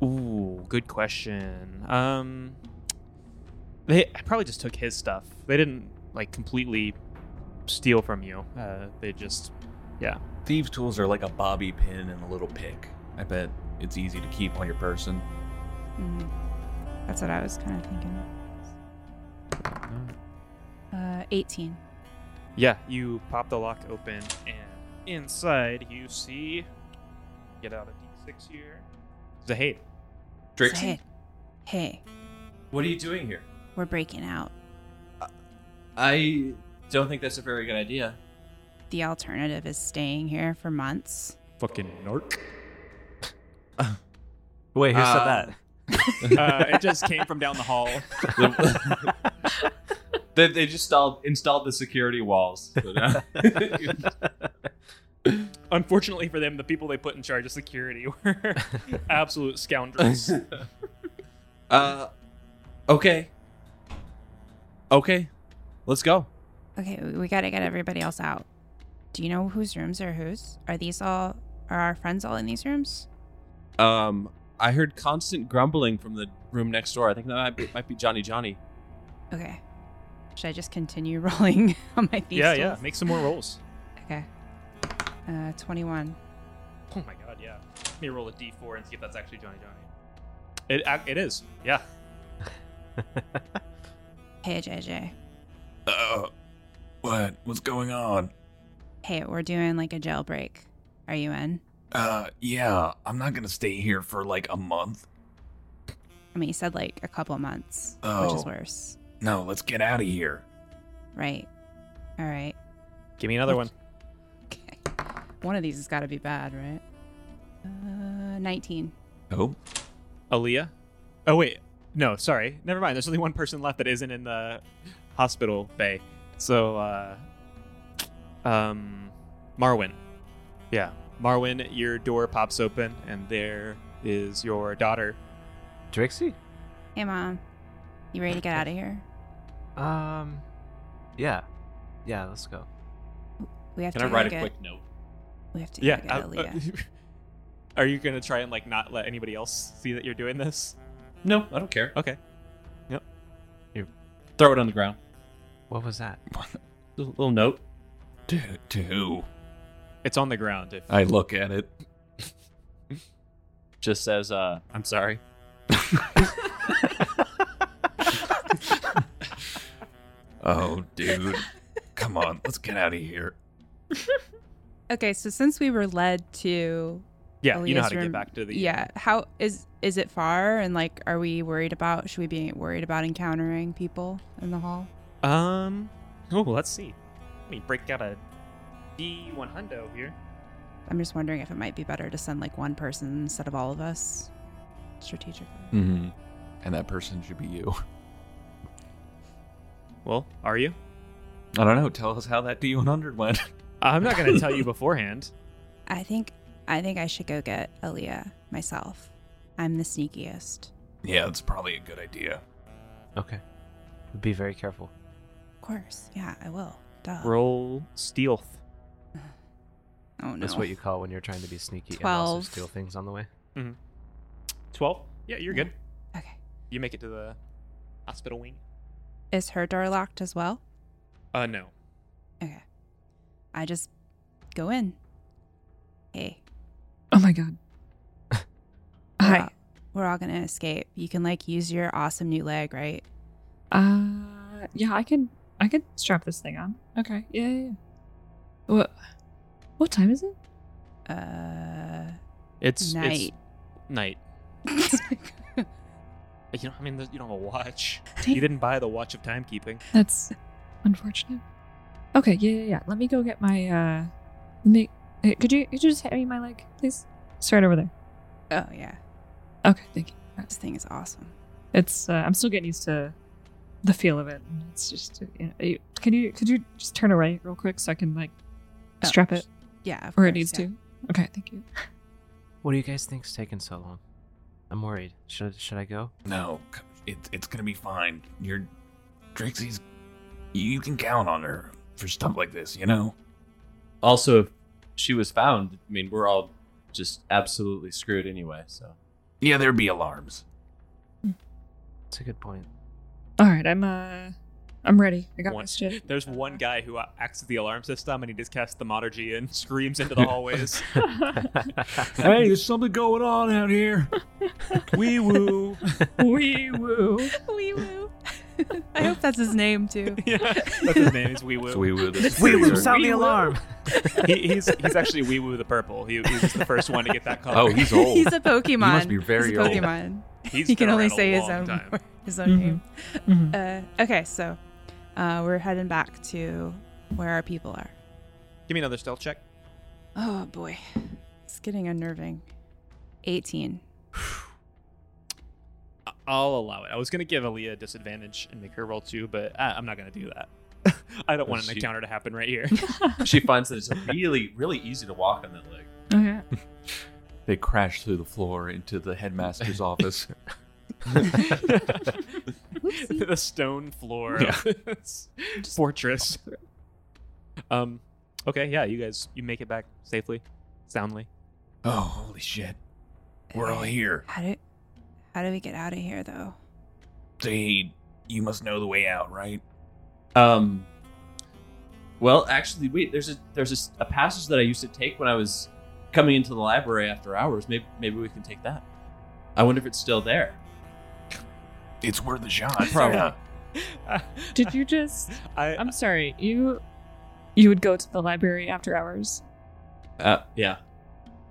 Ooh, good question. Um, they I probably just took his stuff. They didn't like completely steal from you. Uh, they just
Thieves' tools are like a bobby pin and a little pick. I bet it's easy to keep on your person.
Mm. That's what I was kind of thinking. Uh, 18.
yeah. You pop the lock open, and inside you see. Get out a d6 here. Zahid.
Drixie?
Say it. Hey,
What are you doing here?
we're breaking out.
I don't think that's a very good idea.
The alternative is staying here for months.
Fucking (laughs) narc.
Wait, who
Uh,
said that?
uh, it just came from down the hall.
They, they just installed, installed the
(laughs)
security walls. uh, So now-
Unfortunately for them, the people they put in charge of security (laughs) were absolute scoundrels.
uh, okay. Okay. Let's go.
Okay, we- we gotta get everybody else out. Do you know whose rooms are whose? Are these all, are our friends all in these rooms?
Um, I heard constant grumbling from the room next door. I think that might be, might be Johnny Johnny.
Okay. Should I just continue (laughs) rolling on my thieves?
yeah, yeah.
tools?
Make some more rolls.
Okay. Uh, 21.
Oh my god, yeah. Let me roll a d4 and see if that's actually Johnny Johnny. It ac- it is, yeah.
Hey, JJ.
Uh, what? What's going on?
Hey, we're doing like a jailbreak. Are you in?
Uh, yeah, I'm not gonna stay here for like a month.
I mean, you said like a couple months, which
Oh.
is worse.
No, let's get out of here.
Right. All right. (laughs)
Give me another one.
Okay. One of these has got to be bad, right? Uh, 19.
Oh,
Aaliyah? Oh wait, no, sorry. Never mind. There's only one person left that isn't in the hospital bay. So, uh, um, Marwin. Yeah, Marwin, your door pops open and there is your daughter.
Drixie?
Hey, mom. You ready to get out of here?
Um, yeah, yeah. Let's go.
We have
Can
to
I write
go
a
get,
quick note?
We have to
yeah.
go get
uh,
Aaliyah.
uh, (laughs) are you gonna try and like not let anybody else see that you're doing this?
No, I don't care.
Okay.
Throw it on the ground.
What was that?
Little, little note.
to, to who?
It's on the ground. If
I look at it.
Just says, uh, I'm sorry.
Oh, dude. Come on, let's get out of here.
okay, so since we were led to
yeah, you know
Aaliyah's
how to
room-
get back to the
yeah how is is it far and like are we worried about should we be worried about encountering people in the hall
Um. Oh, let's see. Let me break out a D one hundo here.
i'm just wondering if it might be better to send like one person instead of all of us strategically.
Mm-hmm. And that person should be you. (laughs)
Well, are you?
I don't know. Tell us how that D100 went.
I'm not going to tell you beforehand.
I think I think I should go get Aaliyah myself. I'm the sneakiest.
(laughs) Yeah, that's probably a good idea.
Okay. Be very careful.
Of course. Yeah, I will. Duh.
Roll stealth.
oh no.
That's what you call when you're trying to be sneaky and
Twelve.
also steal things on the way.
12? Yeah, you're good.
Okay.
You make it to the hospital wing?
Is her door locked as well?
Uh, no.
Okay. I just go in. Hey.
Oh
(laughs)
my god.
we're
Hi.
all- We're all gonna escape. You can like use your awesome new leg, right?
Uh, yeah, I can. I could strap this thing on. Okay. Yeah, yeah. yeah. What? What time is it?
Uh
It's It's
night.
night. You know, I mean, there's- you don't have a watch. (laughs)
Dang.
You didn't buy the watch of timekeeping.
That's unfortunate. Okay. Yeah, yeah, yeah. Let me go get my. uh Let me. eh, Could you, could you just hand me my leg, please? It's right over there.
oh yeah.
Okay. Thank you.
This thing is awesome.
It's. Uh, I'm still getting used to the feel of it. and It's just. You know, you- can you could you just turn away real quick so I can like
Oh,
strap it
Yeah, of
where it
course,
needs
yeah.
to? Okay. Thank you.
What do you guys think's taking so long? I'm worried. Should should I go?
No, c- it, it's gonna be fine. Your Trixie's. You can count on her for stuff like this, you know?
Also, if she was found, I mean, we're all just absolutely screwed anyway. So
Yeah, there'd be alarms.
It's a good (laughs) point.
All right. I'm. Uh. I'm ready. I got
One- (laughs)
my shit. (laughs)
There's one guy who acts the alarm system and he just casts the Monergy and (laughs) screams into the hallways.
hey, there's something going on out here. (laughs)
Wee woo.
Wee woo.
(laughs) Wee woo. I hope that's his name too.
(laughs) Yeah, that's his name. Is Wee Woo.
So we woo this.
Wee woo,
freezer.
sound the (laughs) alarm.
He, he's he's actually Wee Woo the purple. He, he's the first one to get that color.
(laughs)
Oh, he's old.
He's a Pokemon.
be very
He's a
old.
Pokemon.
He's
he can
been
only
around a
say his
long
own
time.
his own
Mhm.
name.
Mhm.
Uh, okay, so uh, we're heading back to where our people are.
Give me another stealth check.
Oh boy, it's getting unnerving. 18.
I- I'll allow it. I was gonna give Aaliyah a disadvantage and make her roll two, but I, I'm not gonna do that. (laughs) I don't want an
She-
encounter to happen right
(laughs)
here.
she finds that it's really, really easy to walk on that leg.
Oh yeah.
They crash through the floor into
(laughs)
the headmaster's office.
the stone floor
Yeah.
of this fortress. Um. Okay. Yeah. You guys, you make it back safely, soundly.
Oh, holy shit. We're all
Uh,
here.
How do how do we get out of here though?
Zahid, you must know the way out, right?
Um. Well, actually, wait. There's a there's a s- a, passage that I used to take when I was coming into the library after hours. Maybe maybe we can take that. I wonder if it's still there.
It's worth a
(laughs)
shot.
Probably.
Yeah.
(laughs)
Did you just?
I,
I'm sorry. You. You would go to the library after hours.
Uh, yeah.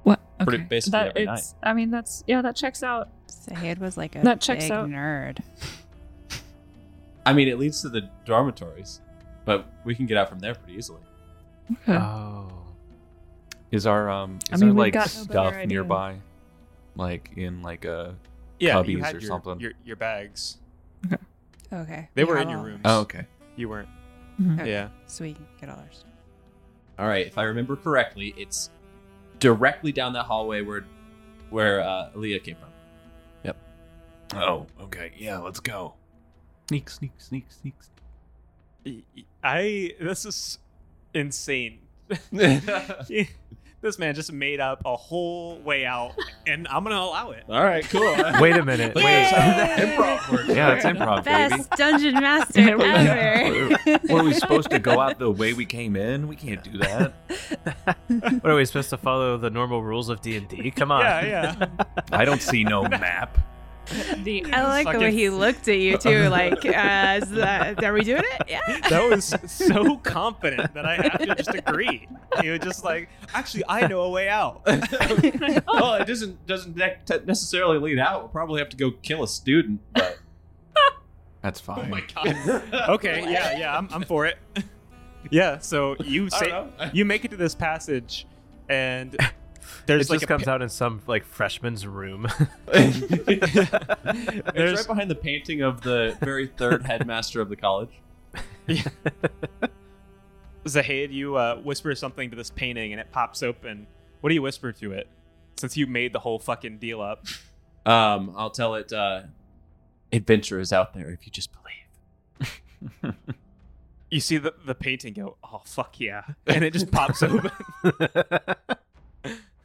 What?
Pretty- basically
that,
every
it's, I mean, that's yeah, that checks out.
Sahid was like a
That checks
big
out.
nerd.
I mean, it leads to the dormitories, but we can get out from there pretty easily.
oh.
Is our um
I
is
mean,
our
we've
like
got no better
stuff
idea.
nearby? Like in like a
yeah, you
cubbies
had
or
your,
something.
Your, your bags.
Okay.
They
we
were
got
in your
all-
rooms.
Oh, okay.
you weren't.
Okay.
Yeah.
So we can get all our stuff.
All right, if I remember correctly, it's directly down that hallway where where uh, Leah came from.
Oh, okay. Yeah, let's go.
Sneak, sneak, sneak, sneak.
(laughs)
I. This is insane. (laughs) this man just made up a whole way out, and I'm gonna allow it.
All right, (laughs) cool.
Wait a minute. Wait.
Yeah,
(laughs)
that's improv, baby.
Best dungeon master ever.
(laughs)
Were we supposed to go out the
(laughs)
way we came in? We can't do that.
(laughs) What are we supposed to follow the normal rules of D and D? Come on.
Ah.
Yeah, yeah.
I don't see no map.
(laughs) The (laughs)
(laughs) I like the way he looked at you too. Like, uh, is that- are we doing it? Yeah.
That was so confident that I have to just agree. He was just like, actually, I know a way out.
well, it doesn't doesn't ne- te- necessarily lead out. We'll probably have to go kill a student. But (laughs)
That's fine.
Oh god.
(laughs) Okay, yeah, yeah,
(laughs)
I'm, I'm for it. (laughs) Yeah, so you
I
say
don't know.
you make it to this passage, and There's
it
like
just
a
comes
pi-
out in some like freshman's room. (laughs)
(laughs) It's right behind the painting of the very third (laughs) headmaster of the college.
Zahed, you uh, whisper something to this painting and it pops open. What do you whisper to it? Since you made the whole fucking deal up.
Um, I'll tell it. Uh, adventure is out there if you just believe.
You see the, the painting go, oh, fuck
(laughs)
yeah. And it just pops open. (laughs)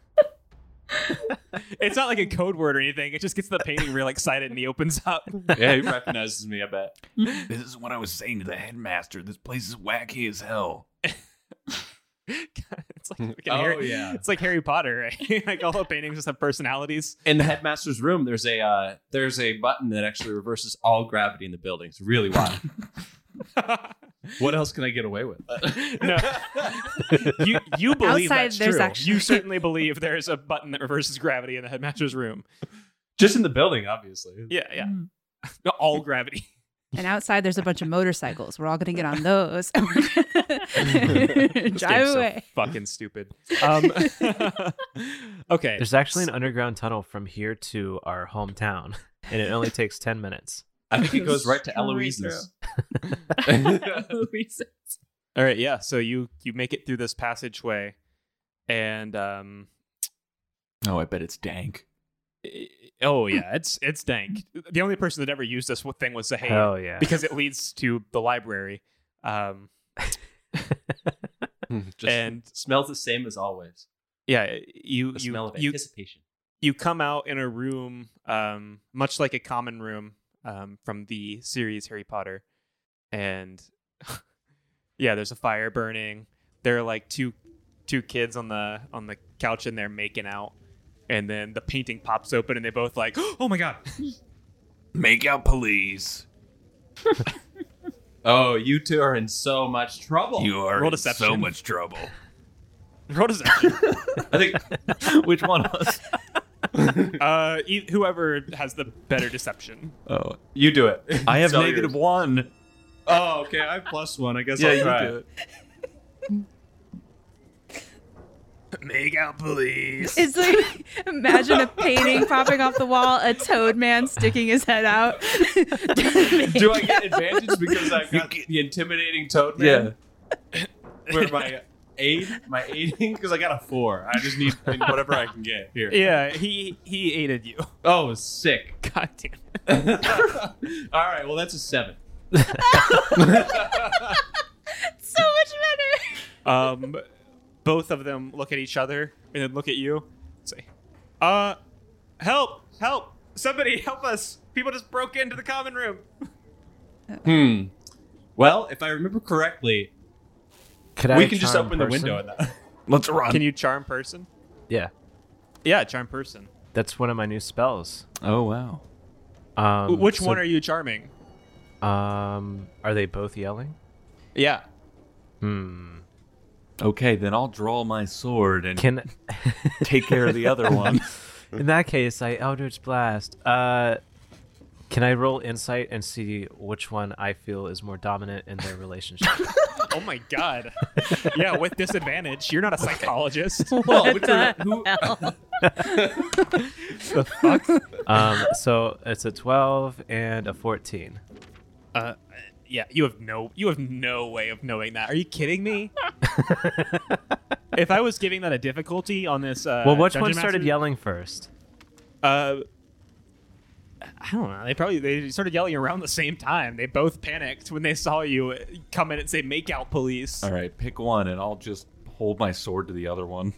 it's not like a code word or anything. It just gets the painting real excited and he opens up. (laughs)
Yeah, he recognizes me. I bet.
This is what I was saying to the headmaster. This place is wacky as hell.
it's
Mm.
like fucking
Oh,
Harry,
yeah.
It's like Harry Potter, right? (laughs) like all the paintings just have
(laughs)
personalities.
In the headmaster's room, there's a uh, there's a button that actually reverses all gravity in the building. It's really (laughs) wild. what else can I get (laughs) away with?
no. You you believe
Outside,
that's
there's
true.
actually- (laughs)
You certainly believe there's a button that reverses gravity in the headmaster's room.
Just in the building, obviously.
Yeah, yeah.
Mm.
No, (laughs) all gravity. (laughs)
And outside, there's a bunch of motorcycles. We're all going to get on those (laughs) and we're gonna
This game's
drive
so (laughs)
away.
fucking
(laughs)
stupid. Um, (laughs) okay.
(laughs) There's actually an underground tunnel from here to our hometown, and it only takes ten minutes.
I think it goes right to
Straight
Eloise's.
Eloise's.
Oh
All right, yeah. So you you make it through this passageway, and um,
Oh, I bet it's
(gasps)
dank.
i- oh yeah, it's it's dank. The only person that ever used this thing was Zahid
(laughs) Hell yeah!
because it leads to the library. Um,
Hmm, Just
And-
smells the same as always.
yeah, you
The
you
smell of
you
anticipation.
you come out in a room, um, much like a common room um, from the series Harry Potter, and (laughs) yeah, there's a fire burning. There are like two two kids on the on the couch and they're making out, and then the painting pops open and they both like, (gasps) oh my god,
Make out police.
Oh, you two are in so much trouble.
You are
Roll
in
deception.
so much trouble.
roll deception.
I (laughs) think which one of us?
uh, e- whoever has the better deception.
Oh, you do (laughs) it.
I have
It's all
negative
yours.
one.
Oh, okay. I have plus one. I guess I'll try.
Make out police.
It's like imagine a painting popping off the wall, a toad man sticking his
(laughs)
head out.
Do I
(laughs)
(laughs)
get advantage because I've
You
got
get-
the intimidating toad man? (laughs) Yeah. Where my aid, my aiding, because I got a four. I just need whatever I can get here.
Yeah, he he aided you. (laughs)
Oh,
(laughs)
sick.
God damn. It.
All right. Well, that's a seven.
so much
Um, both of them look at each other and then look at you. and Say, "Uh, help! Help! Somebody help us! People just broke into the common room."
Hmm. Well, if I remember correctly,
Could I
we can just
charm
open the
person?
window. And that.
Let's run.
Can you charm person?
Yeah,
Yeah, charm person.
that's one of my new spells.
Oh wow.
Um,
Which one are you charming?
you? Um, are they both yelling?
Yeah.
Hmm.
Okay, then I'll draw my sword and
Can
take care of the other one.
in that case I Eldritch Blast? Uh, can I roll insight and see which one I feel is more dominant in their relationship?
Oh my god. (laughs) yeah, with disadvantage. You're (laughs) not a psychologist.
Well, which one- who-
better.
um, so it's a twelve and a fourteen.
Uh, yeah, you have no you have no way of knowing that. Are you kidding me? if I was giving that a difficulty on this, uh,
Well, which
Dungeon
one started
Master-
yelling first?
Uh, I don't know. They probably they started yelling around the same time. They both panicked when they saw you come in and say "make out, police."
All right, pick one, and I'll just hold my sword to the other one.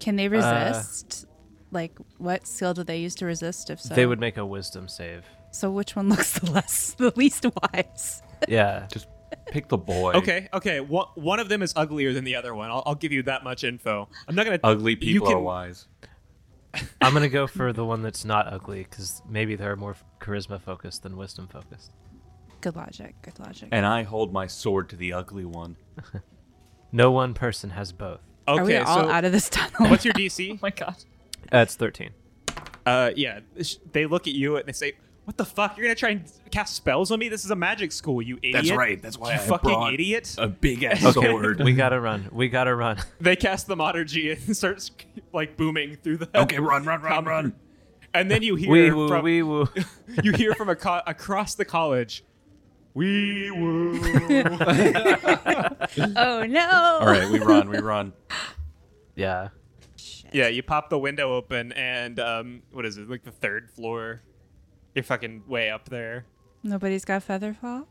Can
Uh,
they resist? like, what skill do they use to resist? If so,
They would make a wisdom save.
So, which one (laughs) looks the less, the least wise?
Yeah.
Just pick the boy.
Okay, okay. One one of them is uglier than the other one. I'll, I'll give you that much info. I'm not gonna
Ugly
you
people are
can-
wise.
I'm gonna go for the one that's not ugly because maybe they're more charisma focused than wisdom focused.
Good logic. Good logic.
And I hold my sword to the ugly one.
No one person has both.
Okay,
Are we all
so
out of this tunnel? (laughs)
what's your DC?
my god.
That's thirteen.
uh, yeah, sh- they look at you and they say, What the fuck? You're gonna try and cast spells on me? This is a magic school, you idiot.
That's right. That's why
you
I
fucking
brought Uh,
idiot.
a big ass
Okay.
sword.
We
(laughs)
gotta run. We gotta run.
They cast the Monergy and (laughs) starts like booming through the.
(laughs) okay, run, run, run, run.
And then you hear
(laughs) Wee woo,
from
wee woo.
(laughs) you hear from aco- across the college. We woo.
Oh no!
All right, we run, we run.
(laughs) Yeah.
yeah, you pop the window open, and um, what is it? Like the third floor. You're fucking way up there.
Nobody's got feather fall.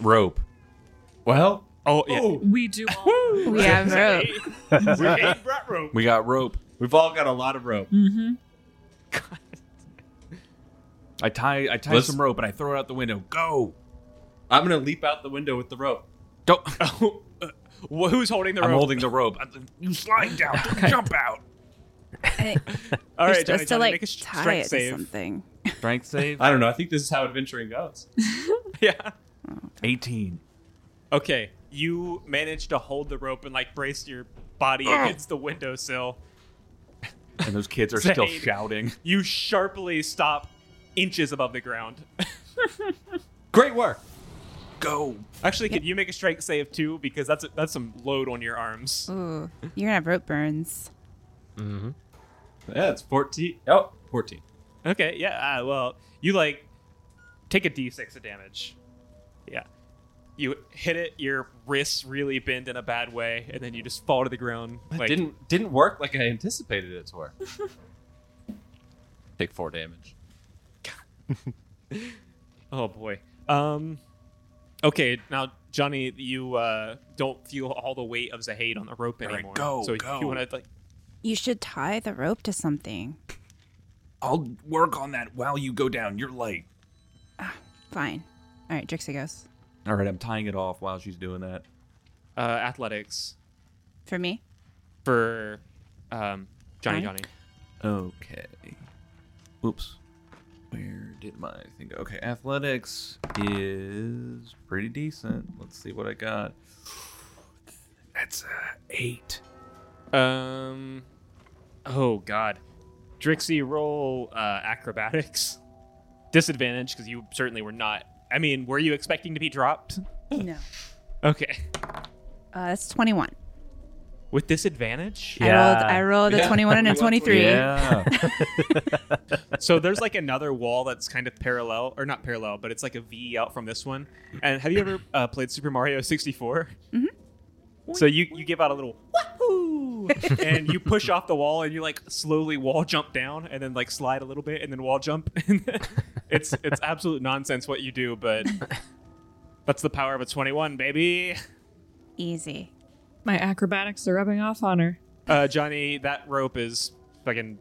Rope. Well,
Oh yeah.
We do all.
(laughs)
We have rope.
Ain't brought rope.
we got rope.
We've all got a lot of rope.
Hmm. I tie I tie
Let's-
some rope and I throw it out the window.
Go.
I'm gonna leap out the window with the rope.
Don't
Oh, uh, wh- who's holding the
(laughs) I'm
rope?
holding the rope.
You slide down. Don't Jump out.
All
You're
right, Johnny,
supposed to
Johnny,
like
make a sh-
tie
strength
it to
save.
something.
Strength save.
I don't know. I think this is how adventuring goes.
(laughs) Yeah.
18.
Okay. You manage to hold the rope and like brace your body against the windowsill.
And those kids are
Save.
still shouting.
You sharply stop inches above the ground. (laughs)
Great work.
Go.
Actually, could you make a strength save too? Because that's that's some load on your arms.
Ooh, you're gonna have rope burns.
Yeah, it's 14. Oh, 14.
Okay, yeah. Uh, well, you like take a d6 of damage. Yeah. You hit it, your wrists really bend in a bad way, and then you just fall to the ground. Like,
didn't didn't work like I anticipated it to work. (laughs) Take four damage.
Oh boy. Um. Okay, now Johnny, you uh, don't feel all the weight of Zahade on the rope
right,
anymore.
go,
so
go.
you want to like?
You should tie the rope to something.
I'll work on that while you go down. You're light.
Fine. All right, Drixie goes
All right, I'm tying it off while she's doing that.
Uh, athletics
for me.
for um, Johnny.
Alright.
Johnny.
Okay. Oops. Where did my thing go? Okay, athletics is pretty decent. Let's see what I got.
That's uh, eight.
Um. Oh God, Drixie, roll uh, acrobatics. Disadvantage because you certainly were not. I mean, were you expecting to be dropped?
No,
Okay.
uh, that's 21.
With disadvantage.
Yeah.
I rolled. I rolled a
(laughs)
21 and a 23.
(laughs)
Yeah.
so there's like another wall that's kind of parallel, or not parallel, but it's like a V out from this one. And have you ever uh, played Super Mario 64? Mm-hmm. So you you give out a little wahoo, and you push off the wall, and you like slowly wall jump down, and then like slide a little bit, and then wall jump. (laughs) it's it's absolute nonsense what you do, but that's the power of a 21, baby.
Easy.
My acrobatics are rubbing off on her.
Uh, Johnny, that rope is fucking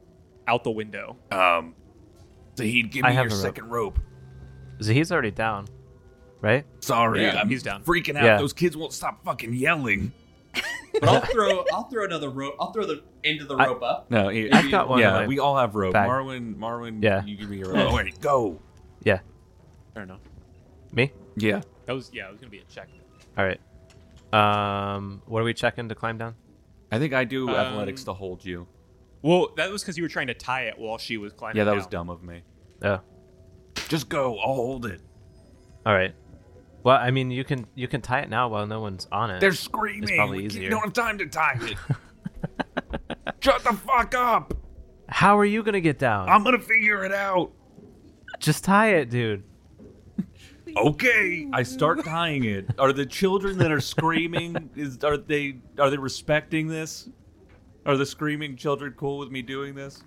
out the window.
Um, Zahid, give
I
me
have
your
a rope.
second rope.
Zahid's already down, right?
Sorry,
Yeah,
I'm
he's down.
freaking out.
Yeah.
Those kids won't stop fucking yelling.
But I'll throw I'll throw another rope. I'll throw the end of the
I-
rope up.
no,
(laughs)
yeah,
I've got one in
Yeah,
my
we all have rope.
bag.
Marwin, Marwin,
Yeah.
you give me (laughs) your
Oh,
rope.
wait, go.
Yeah.
Fair enough.
Me?
yeah.
That was yeah, it was gonna be a check.
All right. Um, what are we checking to climb down?
I think I do
Um,
athletics to hold you.
Well, that was because you were trying to tie it while she was climbing.
Yeah, that was
down.
dumb of me.
Oh,
Just go. I'll hold it.
all right. Well, I mean, you can you can tie it now while no one's on it.
They're screaming.
probably
We-
easier.
You don't have time to tie
(laughs)
it. Shut the fuck up.
How are you gonna get down?
I'm going to figure it out.
Just tie it, dude.
Okay.
I start tying it. Are the children that are screaming is are they are they respecting this? Are the screaming children cool with me doing this?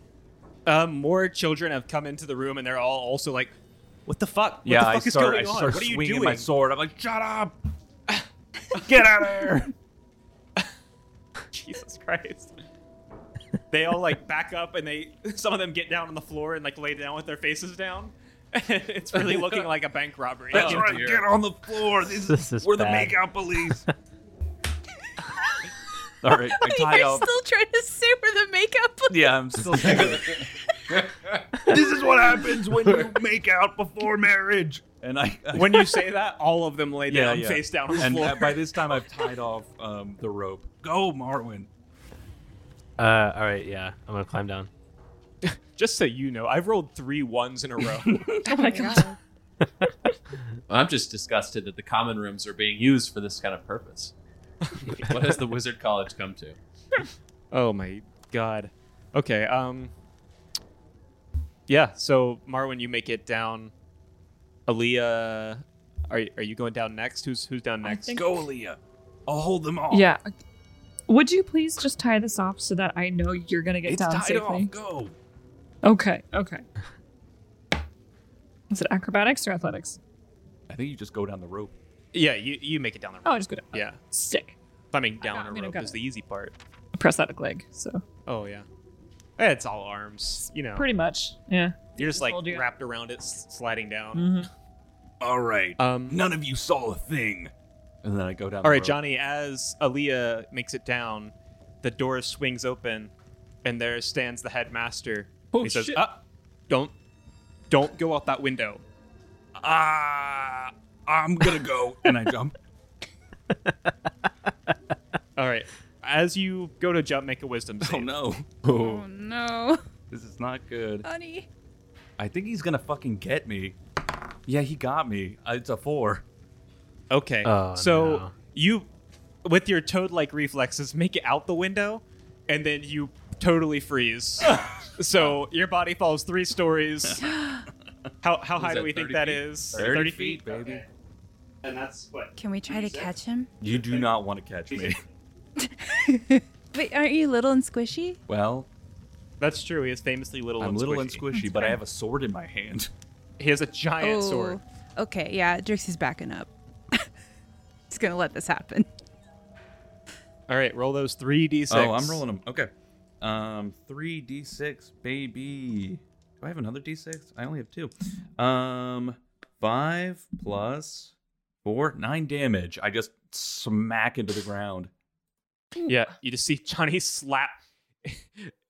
Um, more children have come into the room, and they're all also like, "What the fuck? What
yeah,
the fuck
I
is
start
going
I
on?
start
what are you
swinging
doing?"
my sword. I'm like,
Shut up. Get out of
(laughs)
here.
(laughs) Jesus Christ! they all like back up, and they (laughs) some of them get down on the floor and like lay down with their faces down. (laughs) it's really looking like a bank robbery. Um,
That's
You
right.
know?
Get on the floor. This,
This is
we're
bad.
the
(laughs)
makeout police.
all right, I tie
You're
up.
still trying to super the makeup.
Yeah,
(laughs)
I'm still.
this is what happens when you make out before marriage.
and I, I
When you say that, all of them lay
Yeah,
down,
yeah.
face down on the
and
floor.
uh, by this
(laughs)
time I've tied off um, the rope.
Go, Marwin.
Uh, all right, yeah, I'm gonna climb down.
Just so you know, I've rolled three ones in a
(laughs)
row.
Oh my god.
I'm just disgusted that the common rooms are being used for this kind of (laughs) purpose. what has the wizard college come to?
oh my god. Okay. Um. Yeah. So Marwin, you make it down. Aaliyah, are y- are you going down next? Who's who's down
I
next?
think-
Go, Aaliyah. I'll hold them off.
Yeah. Would you please just tie this off so that I know you're gonna get
It's
down
tied
safely?
off. Go.
Okay, okay. Is it acrobatics or athletics?
I think you just go down the rope.
yeah. You you make it down the rope.
Oh, I just go down.
Yeah.
Sick.
Climbing
I got-
down
I
a
mean, I
rope
got
is
it.
the easy part.
A prosthetic leg, so
Oh yeah. Eh, It's all arms. You know.
pretty much. Yeah.
You're just like
Hold you-
wrapped around it, s- sliding down.
hmm
All right.
Um.
None of you saw a thing. And then I go down.
All
the
right,
rope.
Johnny. As Aaliyah makes it down, the door swings open, and there stands the headmaster.
Oh,
he says,
shit.
"Ah, don't, don't go out that window."
Ah, I'm gonna
(laughs)
go, and I jump.
All right. As you go to jump, make a wisdom save.
Oh no.
Oh no,
This is not good.
honey.
I think he's gonna fucking get me. Yeah, he got me. Uh, It's a four.
Okay.
Oh,
so
no.
you, with your toad-like reflexes, make it out the window, and then you totally freeze. so your body falls three stories. How, how high do
that,
we think
30
that
feet?
is?
baby.
Okay. And that's what.
Can we try to catch him?
You do not want to catch me.
But aren't you little and squishy?
Well,
That's true. He is famously little.
I'm
and
little
squishy.
and
(laughs)
squishy, but I have a sword in my hand.
He has a giant
Oh.
sword.
Okay, yeah, Drix is backing up. (laughs) He's gonna let this happen.
All right, roll those three d6.
Oh, I'm rolling them. Okay. Um, three d6, baby. Do I have another d6? I only have two. Um, five plus four, nine damage. I just smack into the ground.
Yeah, you just see Johnny (laughs) slap,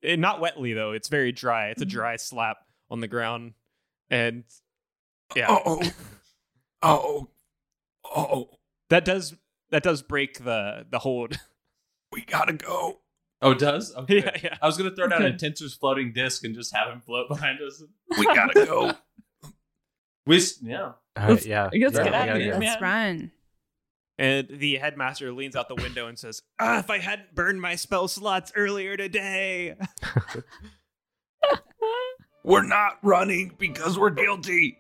and not wetly though. It's very dry. It's a dry slap on the ground, and yeah,
Oh,
(laughs)
oh, oh,
that does that does break the the hold. (laughs)
we gotta go.
Oh, it does? Okay.
yeah, yeah.
I was gonna throw down
Okay.
a Tinser's floating disc and just have him float behind us.
We gotta go.
We s- yeah.
All right, yeah.
let's
yeah,
get
we
out of
gotta
here.
go.
Yeah.
Let's run.
And the headmaster leans out the window and says, "Ah, if I hadn't burned my spell slots earlier today."
We're not running because we're guilty.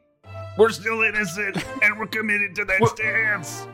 We're still innocent, and we're committed to that stance.